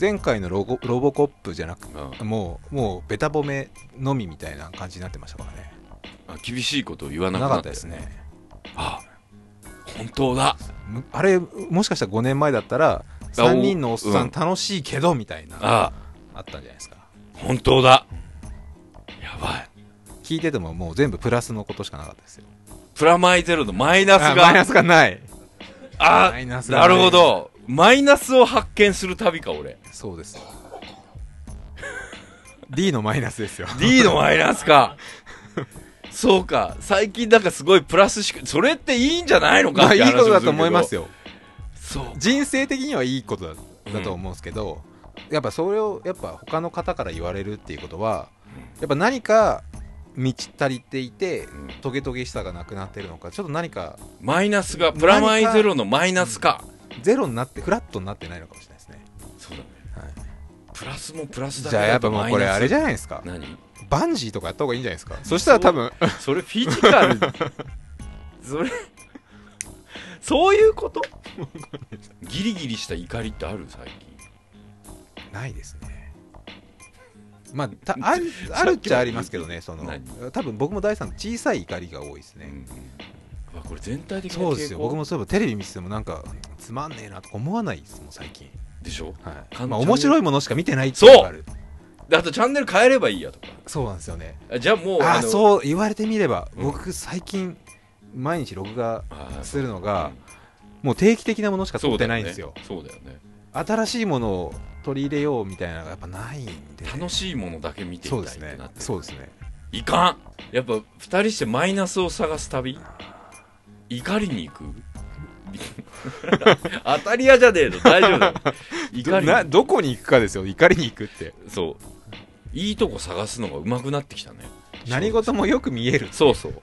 [SPEAKER 3] 前回のロゴロボコップじゃなく
[SPEAKER 2] うんうん
[SPEAKER 3] もうもうベタ褒めのみみたいな感じになってましたからね
[SPEAKER 2] あ厳しいことを言わな
[SPEAKER 3] な
[SPEAKER 2] くな
[SPEAKER 3] か
[SPEAKER 2] っ
[SPEAKER 3] った
[SPEAKER 2] たよ
[SPEAKER 3] ですね
[SPEAKER 2] あ本当だ
[SPEAKER 3] むあれもしかしたら5年前だったら3人のおっさ
[SPEAKER 2] うん
[SPEAKER 3] ん楽しいけどみたいなあ
[SPEAKER 2] あ
[SPEAKER 3] ったんじゃないですか
[SPEAKER 2] 本当だやばい
[SPEAKER 3] 聞いててももう全部プラスのことしかなかったですよ
[SPEAKER 2] ププラマイゼロのマイナス
[SPEAKER 3] あマイナ
[SPEAKER 2] が、
[SPEAKER 3] スがない
[SPEAKER 2] あ
[SPEAKER 3] マイナスが
[SPEAKER 2] な
[SPEAKER 3] ない
[SPEAKER 2] るほど。マイナスを発見する旅か、俺。
[SPEAKER 3] そうです D のマイナスですよ
[SPEAKER 2] D のマイナスか。そうか。最近なんかすごいプラスしか、それっていいんじゃないのか
[SPEAKER 3] ま
[SPEAKER 2] っ
[SPEAKER 3] あい
[SPEAKER 2] て
[SPEAKER 3] い
[SPEAKER 2] 話
[SPEAKER 3] こ
[SPEAKER 2] を
[SPEAKER 3] と
[SPEAKER 2] するけど。
[SPEAKER 3] だと思います
[SPEAKER 2] よ。
[SPEAKER 3] よ
[SPEAKER 2] そう。
[SPEAKER 3] 人生的にはいいことだだと思うんですけど、やっぱそれをやっぱ他の方から言われるっていうことはやっぱ何か満ち足りていて
[SPEAKER 2] ん
[SPEAKER 3] トゲトゲしさがなくなってるのかちょっと何か
[SPEAKER 2] マイナスが、プラマイゼロのマイナスか。
[SPEAKER 3] ゼロになってフラットになってないのかもしれないですね、
[SPEAKER 2] そうだね。
[SPEAKER 3] はい
[SPEAKER 2] プラスもプラスだ
[SPEAKER 3] じゃあやっぱもうこれあれじ
[SPEAKER 2] ゃ
[SPEAKER 3] ゃないですか
[SPEAKER 2] 何
[SPEAKER 3] バンジーとかやった方がいいんじゃないですかそしたら多分
[SPEAKER 2] それフィジカルそれそういう ことギリギリした怒りってある最近
[SPEAKER 3] ないですねまあたあるあるっちゃありますけどねその
[SPEAKER 2] 何
[SPEAKER 3] 多分僕も第三の小さい怒りが多いですね、
[SPEAKER 2] うわこれ全体的な傾向
[SPEAKER 3] そうですよ僕もそういえばテレビ見ててもなんかつまんねえなとか思わないですもん最近、
[SPEAKER 2] でしょ
[SPEAKER 3] はい
[SPEAKER 2] 完
[SPEAKER 3] まあ、
[SPEAKER 2] 全に
[SPEAKER 3] 面白いものしか見てないっていうのがある
[SPEAKER 2] であとチャンネル変えればいいやとか
[SPEAKER 3] そうなんですよね
[SPEAKER 2] あじゃあもう
[SPEAKER 3] ああ
[SPEAKER 2] の
[SPEAKER 3] そう言われてみれば、
[SPEAKER 2] うん
[SPEAKER 3] 僕最近毎日録画
[SPEAKER 2] あー
[SPEAKER 3] するのがもう定期的なものしか撮
[SPEAKER 2] そう
[SPEAKER 3] って
[SPEAKER 2] だ
[SPEAKER 3] ない
[SPEAKER 2] ね
[SPEAKER 3] んですよ
[SPEAKER 2] そうだよね
[SPEAKER 3] 新しいものを取り入れようみたいなのがやっぱないんでね、
[SPEAKER 2] 楽しいものだけ見ていたいう
[SPEAKER 3] そ
[SPEAKER 2] っ
[SPEAKER 3] です
[SPEAKER 2] て
[SPEAKER 3] ね
[SPEAKER 2] なって
[SPEAKER 3] そうですね
[SPEAKER 2] いかんやっぱ二人してマイナスを探す旅怒りに行 く当たり屋じゃねえの大 丈夫だよ怒りに
[SPEAKER 3] などこに行くかですよ怒りに行くって
[SPEAKER 2] そういいとこ探すのが上手くなってきたね
[SPEAKER 3] 何事もよく見える
[SPEAKER 2] そうそう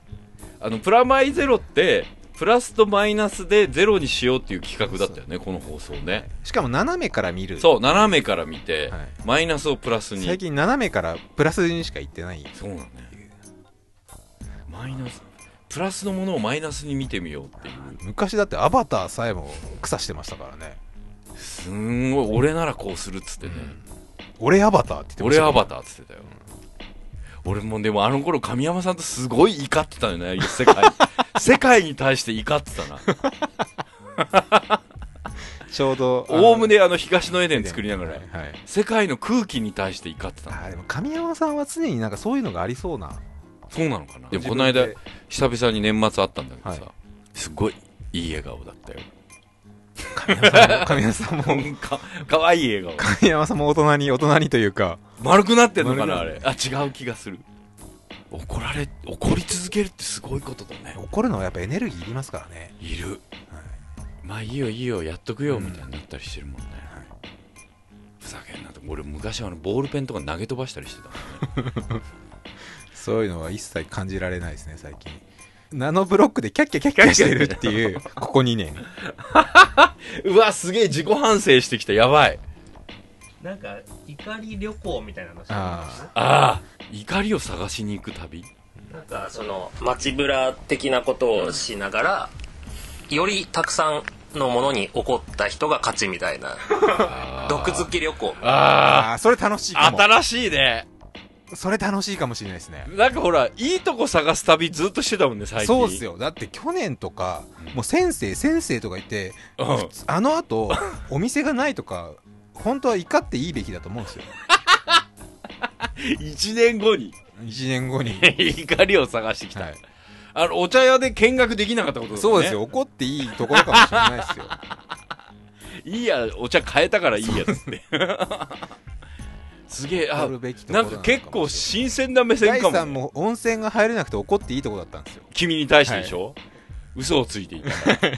[SPEAKER 2] あのプラマイゼロってプラスとマイナスでゼロにしようっていう企画だったよねこの放送ね
[SPEAKER 3] しかも斜めから見る
[SPEAKER 2] そう斜めから見て、
[SPEAKER 3] はい
[SPEAKER 2] マイナスをプラスに
[SPEAKER 3] 最近斜めからプラスにしか行ってない
[SPEAKER 2] そうなんねマイナスプラスのものをマイナスに見てみようっていう
[SPEAKER 3] 昔だってアバターさえも草してましたからね
[SPEAKER 2] すんごい俺ならこうするっつってね、
[SPEAKER 3] 俺アバターって言ってまし
[SPEAKER 2] 俺
[SPEAKER 3] た
[SPEAKER 2] アバ
[SPEAKER 3] タ
[SPEAKER 2] ターっつってたよ、俺もでもあの頃神山さんとすごい怒ってたよね世 界世界に対して怒ってたな
[SPEAKER 3] ーちょうど
[SPEAKER 2] おおむ
[SPEAKER 3] ね
[SPEAKER 2] ねあの東のエデン作りなが
[SPEAKER 3] は
[SPEAKER 2] ら
[SPEAKER 3] い、はい
[SPEAKER 2] 世界の空気に対して怒ってた
[SPEAKER 3] あ
[SPEAKER 2] の
[SPEAKER 3] ーでも神山さんは常になんかそういうのがありそうな
[SPEAKER 2] そうなのかなでもこの間
[SPEAKER 3] 自分
[SPEAKER 2] 久々に年末あったんだけどさ、
[SPEAKER 3] は
[SPEAKER 2] すごいいい笑顔だった よ
[SPEAKER 3] で神山さんも神山さんも
[SPEAKER 2] かかわいい笑顔
[SPEAKER 3] 神山さんも大人に大人にというか
[SPEAKER 2] 丸くなってんのかなあ
[SPEAKER 3] 丸
[SPEAKER 2] れあ違う気がする怒られ怒り続けるってすごいことだね
[SPEAKER 3] 怒るのはやっぱエネルギーいりますからね、
[SPEAKER 2] いる
[SPEAKER 3] はい
[SPEAKER 2] まあいいよいいよやっとく
[SPEAKER 3] う
[SPEAKER 2] よ
[SPEAKER 3] ん
[SPEAKER 2] みたいになったりしてるもんね、ふざけんなと俺昔あのボールペンとか投げ飛ばしたりしてたもんね
[SPEAKER 3] そういうのは一切感じられないですね最近ナノブロックでキャッキャキャッキャしてるっていうここ2年
[SPEAKER 2] うわすげえ自己反省してきたやばい
[SPEAKER 4] なんか怒り旅行みたいなのしてまし
[SPEAKER 3] あ
[SPEAKER 2] ああ怒りを探しに行く旅
[SPEAKER 4] たなんかその街ブラ的なことをしながらよりたくさんのものに怒った人が勝ちみたいな毒好き旅行
[SPEAKER 2] あ
[SPEAKER 3] あーそれ楽しいか
[SPEAKER 2] あ
[SPEAKER 3] も
[SPEAKER 2] 新しいね
[SPEAKER 3] それ楽しいかもしれないですね
[SPEAKER 2] なんかほらいいとこ探す旅ずっとしてたもんね最近
[SPEAKER 3] そうっすよだって去年とか、もう先生先生とか言って、
[SPEAKER 2] うん
[SPEAKER 3] 普通あのあとお店がないとか本当は怒っていいべきだと思うんですよ
[SPEAKER 2] 1年後に
[SPEAKER 3] 1年後に、
[SPEAKER 2] 怒りを探してきた、
[SPEAKER 3] はい
[SPEAKER 2] あのお茶屋で見学できなかったことだもんね
[SPEAKER 3] そうですよ怒っていいところかもしれないですよ
[SPEAKER 2] いいやお茶変えたからいいやつってすげえあ
[SPEAKER 3] 取るべきとこ
[SPEAKER 2] な
[SPEAKER 3] ろなん
[SPEAKER 2] か
[SPEAKER 3] のかもしれない
[SPEAKER 2] 結構新鮮な目線か
[SPEAKER 3] 大地
[SPEAKER 2] もね、
[SPEAKER 3] さんも温泉が入れなくて怒っていいとこだったんですよ
[SPEAKER 2] 君に対してでしょ、嘘をついていたから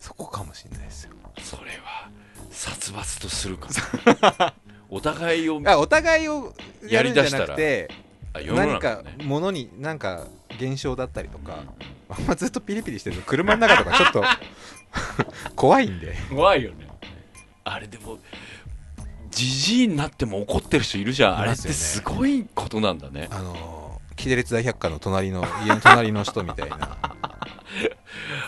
[SPEAKER 3] そこかもしれないですよ
[SPEAKER 2] それは殺伐とするかお互いを
[SPEAKER 3] あお互いをやるんじゃなくて
[SPEAKER 2] あ世の
[SPEAKER 3] 何
[SPEAKER 2] 中
[SPEAKER 3] か
[SPEAKER 2] ね
[SPEAKER 3] ものに何か現象だったりとか、あんまずっとピリピリしてると車の中とかちょっと 怖いんで
[SPEAKER 2] 怖いよねあれでもじじいになっても怒ってる人いるじゃんあ
[SPEAKER 3] い
[SPEAKER 2] れ
[SPEAKER 3] ま
[SPEAKER 2] っ
[SPEAKER 3] すよね
[SPEAKER 2] てすごいことなんだね
[SPEAKER 3] あのー、キデレツ大百科の隣の、家の隣の人みたいな。は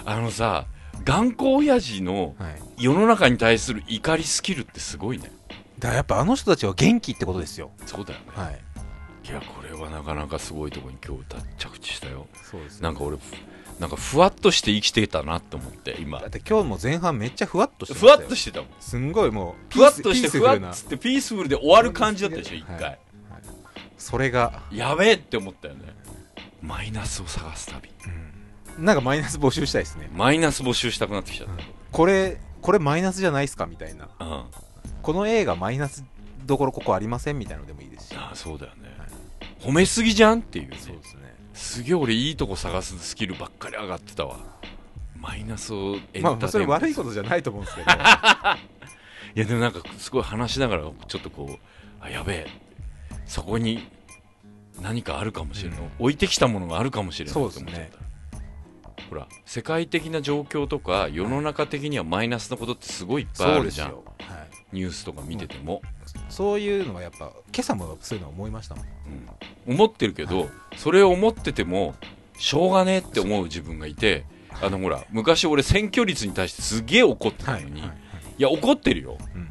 [SPEAKER 2] あのさ頑固親父の
[SPEAKER 3] い。
[SPEAKER 2] 世の中に対する怒りスキルってすごいね
[SPEAKER 3] だからやっぱあの人たちは元気ってことですよ。
[SPEAKER 2] そうだよね、
[SPEAKER 3] はい。
[SPEAKER 2] い、やこれはなかなかすごいとこに今日た着地したよ
[SPEAKER 3] そうです
[SPEAKER 2] なんか俺なんかふわっとして生きてたなって思って今
[SPEAKER 3] だって今日も前半めっちゃふわっとしてまし
[SPEAKER 2] ふ
[SPEAKER 3] た
[SPEAKER 2] わ
[SPEAKER 3] よ
[SPEAKER 2] っとしてたもん
[SPEAKER 3] すんごいもう、
[SPEAKER 2] ふわっとして
[SPEAKER 3] ピース
[SPEAKER 2] ふ
[SPEAKER 3] ピー
[SPEAKER 2] わっ
[SPEAKER 3] スフルな
[SPEAKER 2] つってピースフルで終わる感じだったでしょ一回、
[SPEAKER 3] はいそれが、
[SPEAKER 2] やべえって思ったよねマイナスを探す旅
[SPEAKER 3] うんなんかマイナス募集したいですね
[SPEAKER 2] マイナス募集したくなってきちゃっ
[SPEAKER 3] これこれマイナスじゃないですかみたいな
[SPEAKER 2] た、うん、あ
[SPEAKER 3] この映画マイナスどころここありませんみたいなのでもいいですし
[SPEAKER 2] あそうだよね褒めすぎじゃんっていう,、ね、
[SPEAKER 3] そうですね
[SPEAKER 2] すげえ俺いいとこ探すスキルばっかり上がってたわマイナスをエンターテインメン
[SPEAKER 3] ま
[SPEAKER 2] ト
[SPEAKER 3] あそれ悪いことじゃないと思うんです けど
[SPEAKER 2] いやでもなんかすごい話しながらちょっとこうあやべえそこに何かあるかもしれない、
[SPEAKER 3] うん
[SPEAKER 2] 置いてきたものがあるかもしれないと思っちゃった
[SPEAKER 3] そうですね
[SPEAKER 2] ほら世界的な状況とか世の中的にはマイナスのことってすごいいっぱいあ
[SPEAKER 3] そ
[SPEAKER 2] る
[SPEAKER 3] うです
[SPEAKER 2] じゃん
[SPEAKER 3] よ、はい、
[SPEAKER 2] ニュースとか見てても、
[SPEAKER 3] そういうのはやっぱ今朝もそういうの思いましたもん
[SPEAKER 2] うん思ってるけど、それを思っててもしょうがねえって思う自分がいてあのほら昔俺選挙率に対してすげえ怒ってたのに、いや怒ってるよ
[SPEAKER 3] うん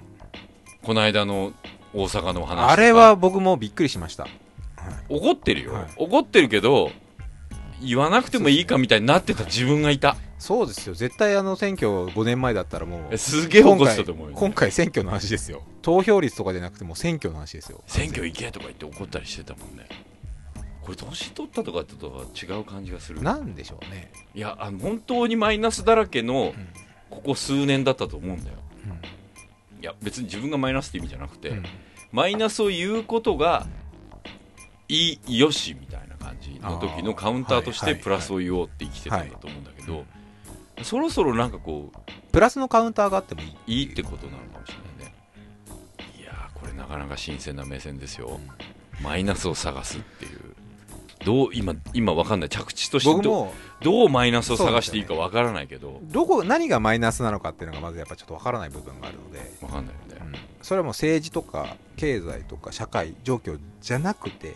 [SPEAKER 2] この間の大阪の話とか
[SPEAKER 3] あれは僕もびっくりしました
[SPEAKER 2] 怒ってるよ、
[SPEAKER 3] はい
[SPEAKER 2] 怒ってるけど言わなくてもいいかみたいになってた自分がいた、
[SPEAKER 3] そうですよ絶対あの選挙5年前だったらもう
[SPEAKER 2] えすげえ怒ってたと思うよ
[SPEAKER 3] 今回今回選挙の話ですよ投票率とかじゃなくてもう選挙の話ですよ
[SPEAKER 2] 選挙行けとか言って怒ったりしてたもんねこれ年取ったとかってとは違う感じがする
[SPEAKER 3] なんでしょうね、
[SPEAKER 2] いやあの本当にマイナスだらけの
[SPEAKER 3] うん
[SPEAKER 2] ここ数年だったと思うんだよいや別に自分がマイナスって意味じゃなくて、
[SPEAKER 3] うん
[SPEAKER 2] マイナスを言うことがいいよしみたいな感じの時のカウンターとし
[SPEAKER 3] あーはい
[SPEAKER 2] て
[SPEAKER 3] はい
[SPEAKER 2] プラスを言おうって生きてたんだと思うんだけど、そろそろなんかこう
[SPEAKER 3] プラスのカウンターがあってもいい
[SPEAKER 2] いいってことなのかもしれないねいやーこれなかなか新鮮な目線ですよマイナスを探すっていうどう今今わかんない着地として
[SPEAKER 3] 僕
[SPEAKER 2] ど
[SPEAKER 3] も
[SPEAKER 2] どうマイナスを探していいかわからないけど
[SPEAKER 3] どこ何がマイナスなのかっていうのがまずやっぱちょっとわからない部分があるので、
[SPEAKER 2] わかんないよね
[SPEAKER 3] それはもう政治とか経済とか社会状況じゃなくて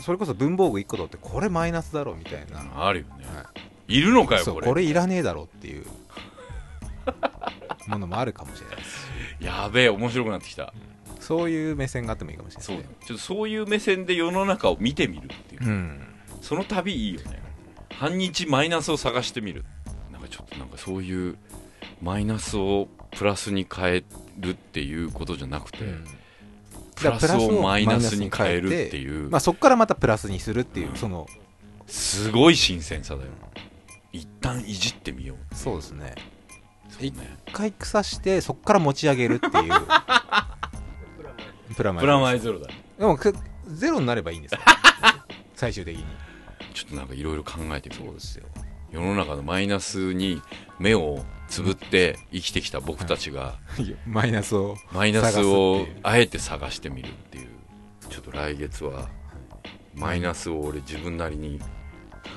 [SPEAKER 3] それこそ文房具1個取ってこれマイナスだろうみたいな
[SPEAKER 2] あるよね、い、るのかよ
[SPEAKER 3] そう
[SPEAKER 2] これ
[SPEAKER 3] これいらねえだろうっていうものもあるかもしれないです
[SPEAKER 2] やべえ面白くなってきた
[SPEAKER 3] そういう目線があってもいいかもしれない
[SPEAKER 2] そう
[SPEAKER 3] ですね
[SPEAKER 2] ちょっとそういう目線で世の中を見てみるっていう、
[SPEAKER 3] うん
[SPEAKER 2] その旅いいよね半日マイナスを探してみるなんかちょっとなんかそういうマイナスをプラスに変えるっていうことじゃなくて、プラスをマイナスに変えるっていう、
[SPEAKER 3] まあ、そこからまたプラスにするっていう、その
[SPEAKER 2] すごい新鮮さだよ一旦いじってみよう
[SPEAKER 3] そうですね
[SPEAKER 2] そうね
[SPEAKER 3] 一回腐してそこから持ち上げる っていうプラマイ
[SPEAKER 2] プラマイゼロだ
[SPEAKER 3] でもくゼロになればいいん ですよ最終的に
[SPEAKER 2] ちょっとなんかいろいろ考えてみよう
[SPEAKER 3] ですよ
[SPEAKER 2] 世の中のマイナスに目をつぶって生きてきた僕たちが
[SPEAKER 3] マイナスを
[SPEAKER 2] マイナスを
[SPEAKER 3] 探すっていう
[SPEAKER 2] あえて探してみるっていうちょっと来月はマイナスを俺自分なりに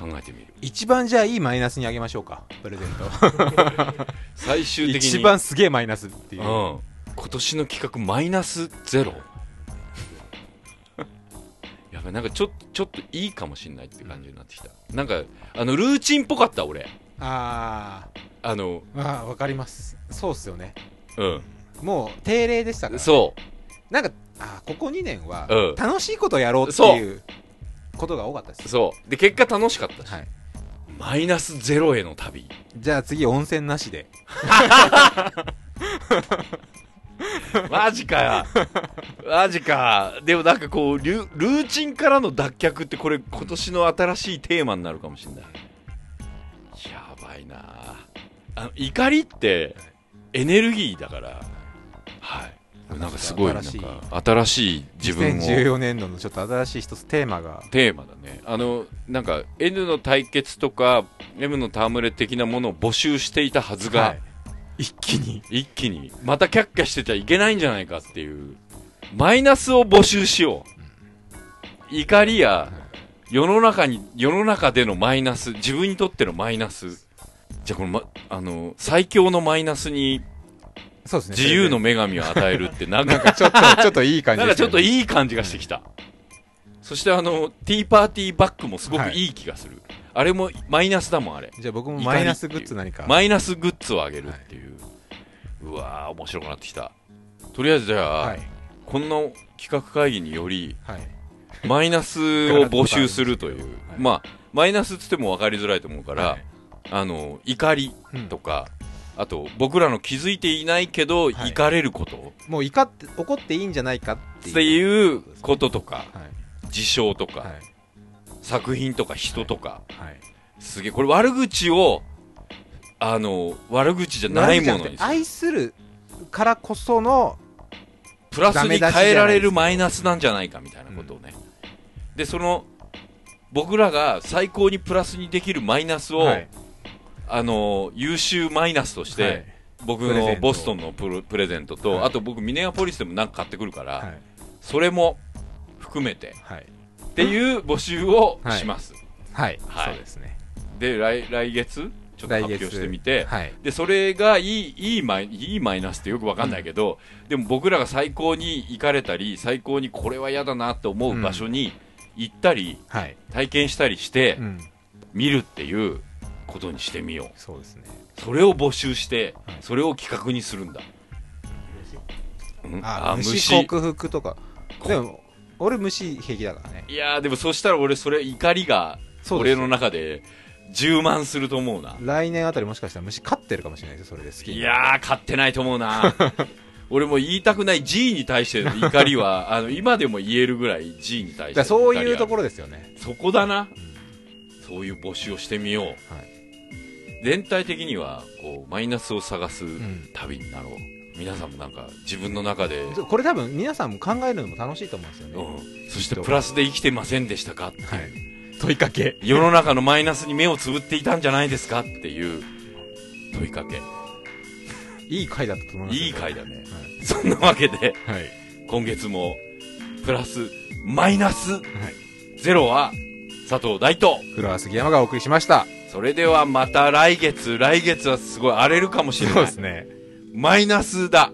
[SPEAKER 2] 考えてみる
[SPEAKER 3] 一番じゃあいいマイナスにあげましょうかプレゼント
[SPEAKER 2] 最終的に、
[SPEAKER 3] 一番すげえマイナスっていううん
[SPEAKER 2] 今年の企画マイナスゼロやべなんかちょっとちょっといいかもしんないって感じになってきた、なんかあのルーチンっぽかった俺
[SPEAKER 3] あ
[SPEAKER 2] あの
[SPEAKER 3] ーまあわかりますそうっすよね
[SPEAKER 2] うん
[SPEAKER 3] もう定例でしたから
[SPEAKER 2] そ
[SPEAKER 3] なんかあーここ2年は
[SPEAKER 2] うん
[SPEAKER 3] 楽しいことをやろうっていうことが多かったで
[SPEAKER 2] う
[SPEAKER 3] す、
[SPEAKER 2] そうで結果楽しかったし、
[SPEAKER 3] はい、
[SPEAKER 2] マイナスゼロへの旅
[SPEAKER 3] じゃあ次温泉なしで
[SPEAKER 2] マジかよ。マジか。でもなんかこう、ルルーチンからの脱却ってこれ今年の新しいテーマになるかもしれない。やばいなあの、怒りってエネルギーだから、はい。なんかすごい、なんか
[SPEAKER 3] 新しい
[SPEAKER 2] 新しい自分を。
[SPEAKER 3] 2014年度のちょっと新しい一つテーマが
[SPEAKER 2] テーマだね。あの、なんか N の対決とか M の戯れ的なものを募集していたはずが、
[SPEAKER 3] はい一気に
[SPEAKER 2] 一気にまた却下してちゃいけないんじゃないかっていうマイナスを募集しよう怒りや世の中に世の中でのマイナス自分にとってのマイナスじゃあこの、ま、あの最強のマイナスに
[SPEAKER 3] そうですね
[SPEAKER 2] 自由の女神を与えるってなん
[SPEAKER 3] なん
[SPEAKER 2] か
[SPEAKER 3] かちょっと、ちょっといい感じ
[SPEAKER 2] な
[SPEAKER 3] で
[SPEAKER 2] ん
[SPEAKER 3] す、
[SPEAKER 2] かち
[SPEAKER 3] ね。
[SPEAKER 2] ょっと
[SPEAKER 3] い。
[SPEAKER 2] いい感じがしてきたそしてあのティーパーティーバッグもすごくいい気がする、あれもマイナスだもんあれ
[SPEAKER 3] じゃあ僕もマイナスグッズ何か。
[SPEAKER 2] マイナスグッズをあげるっていう、うわー面白くなってきたとりあえずじゃあ、
[SPEAKER 3] はい。
[SPEAKER 2] こんな企画会議により
[SPEAKER 3] はい。
[SPEAKER 2] マイナスを募集するという、
[SPEAKER 3] はい
[SPEAKER 2] まあマイナスっつっても分かりづらいと思うから、
[SPEAKER 3] はい
[SPEAKER 2] あの怒り
[SPEAKER 3] うん
[SPEAKER 2] とか、あと僕らの気づいていないけど、
[SPEAKER 3] はい
[SPEAKER 2] 怒れること
[SPEAKER 3] もう怒って、怒っていいんじゃないかってい
[SPEAKER 2] っ
[SPEAKER 3] う。
[SPEAKER 2] ていうこととか
[SPEAKER 3] はい。
[SPEAKER 2] 事象とか、
[SPEAKER 3] はい。
[SPEAKER 2] 作品とか人とか、
[SPEAKER 3] はい。
[SPEAKER 2] すげえこれ悪口をあの悪口じゃないものにする
[SPEAKER 3] 愛するからこその
[SPEAKER 2] プラス
[SPEAKER 3] ダメ
[SPEAKER 2] に
[SPEAKER 3] 出しじゃない
[SPEAKER 2] 変えられるマイナスなんじゃないかみたいなことをね、でその僕らが最高にプラスにできるマイナスを、
[SPEAKER 5] はい
[SPEAKER 2] あの優秀マイナスとして、
[SPEAKER 5] はい
[SPEAKER 2] 僕
[SPEAKER 3] プレゼン
[SPEAKER 2] の
[SPEAKER 3] ト
[SPEAKER 2] ボストンのプロプレゼントと、
[SPEAKER 5] はい
[SPEAKER 2] あと僕ミネアポリスでもなんか買ってくるから、
[SPEAKER 5] はい
[SPEAKER 2] それも含めて
[SPEAKER 3] はい
[SPEAKER 2] っていう募集をします、
[SPEAKER 3] はい、
[SPEAKER 2] はい
[SPEAKER 3] そうですね
[SPEAKER 2] で来来月ちょっと
[SPEAKER 3] 来
[SPEAKER 2] 発
[SPEAKER 3] 月
[SPEAKER 2] 表してみて、
[SPEAKER 3] はい
[SPEAKER 2] でそれがいいいいマイいいマイナスってよくわかんないけど、でも僕らが最高に行かれたり最高にこれは嫌だなと思う場所に行ったり、
[SPEAKER 3] はい
[SPEAKER 2] 体験したりして、
[SPEAKER 3] うん
[SPEAKER 2] 見るっていうことにしてみよう
[SPEAKER 3] そうですね
[SPEAKER 2] それを募集して、それを企画にするんだ、うん
[SPEAKER 3] あ
[SPEAKER 2] あ
[SPEAKER 3] 虫
[SPEAKER 2] 虫
[SPEAKER 3] 克服とかでも俺虫平気だからね
[SPEAKER 2] いやーでもそしたら俺それ怒りが
[SPEAKER 3] そう
[SPEAKER 2] 俺
[SPEAKER 3] ですよ
[SPEAKER 2] の中で充満すると思うな
[SPEAKER 3] 来年あたりもしかしたら虫飼ってるかもしれないですよそれで好き
[SPEAKER 2] いやー、勝ってないと思うな。 俺も言いたくない G に対しての怒り は、あの、今でも言えるぐらい G に対
[SPEAKER 3] だ
[SPEAKER 2] し
[SPEAKER 3] か
[SPEAKER 2] ての
[SPEAKER 3] らそ
[SPEAKER 2] 怒
[SPEAKER 3] う
[SPEAKER 2] りはある。
[SPEAKER 3] いうところですよね
[SPEAKER 2] そこだな。そういう募集をしてみよう。全体的には、こう、マイナスを探す
[SPEAKER 3] ん
[SPEAKER 2] 旅になろう。皆さんもなんか、自分の中で、
[SPEAKER 3] これ多分皆さんも考えるのも楽しいと思うんですよ
[SPEAKER 2] う
[SPEAKER 3] ね、
[SPEAKER 2] ん。そしてプラスで生きてませんでしたかっていう
[SPEAKER 3] はい問いかけ
[SPEAKER 2] 世の中のマイナスに目をつぶっていたんじゃないですかっていう問いかけ。
[SPEAKER 3] いい回だったと思いますよ
[SPEAKER 2] いい回だね。そんなわけで、
[SPEAKER 3] はい
[SPEAKER 2] 今月も、プラス、マイナス、ゼロは、佐藤大東。
[SPEAKER 3] 黒は杉山がお送りしました
[SPEAKER 2] それではまた来月、来月はすごい荒れるかもしれない。
[SPEAKER 3] ね
[SPEAKER 2] マイナスだ。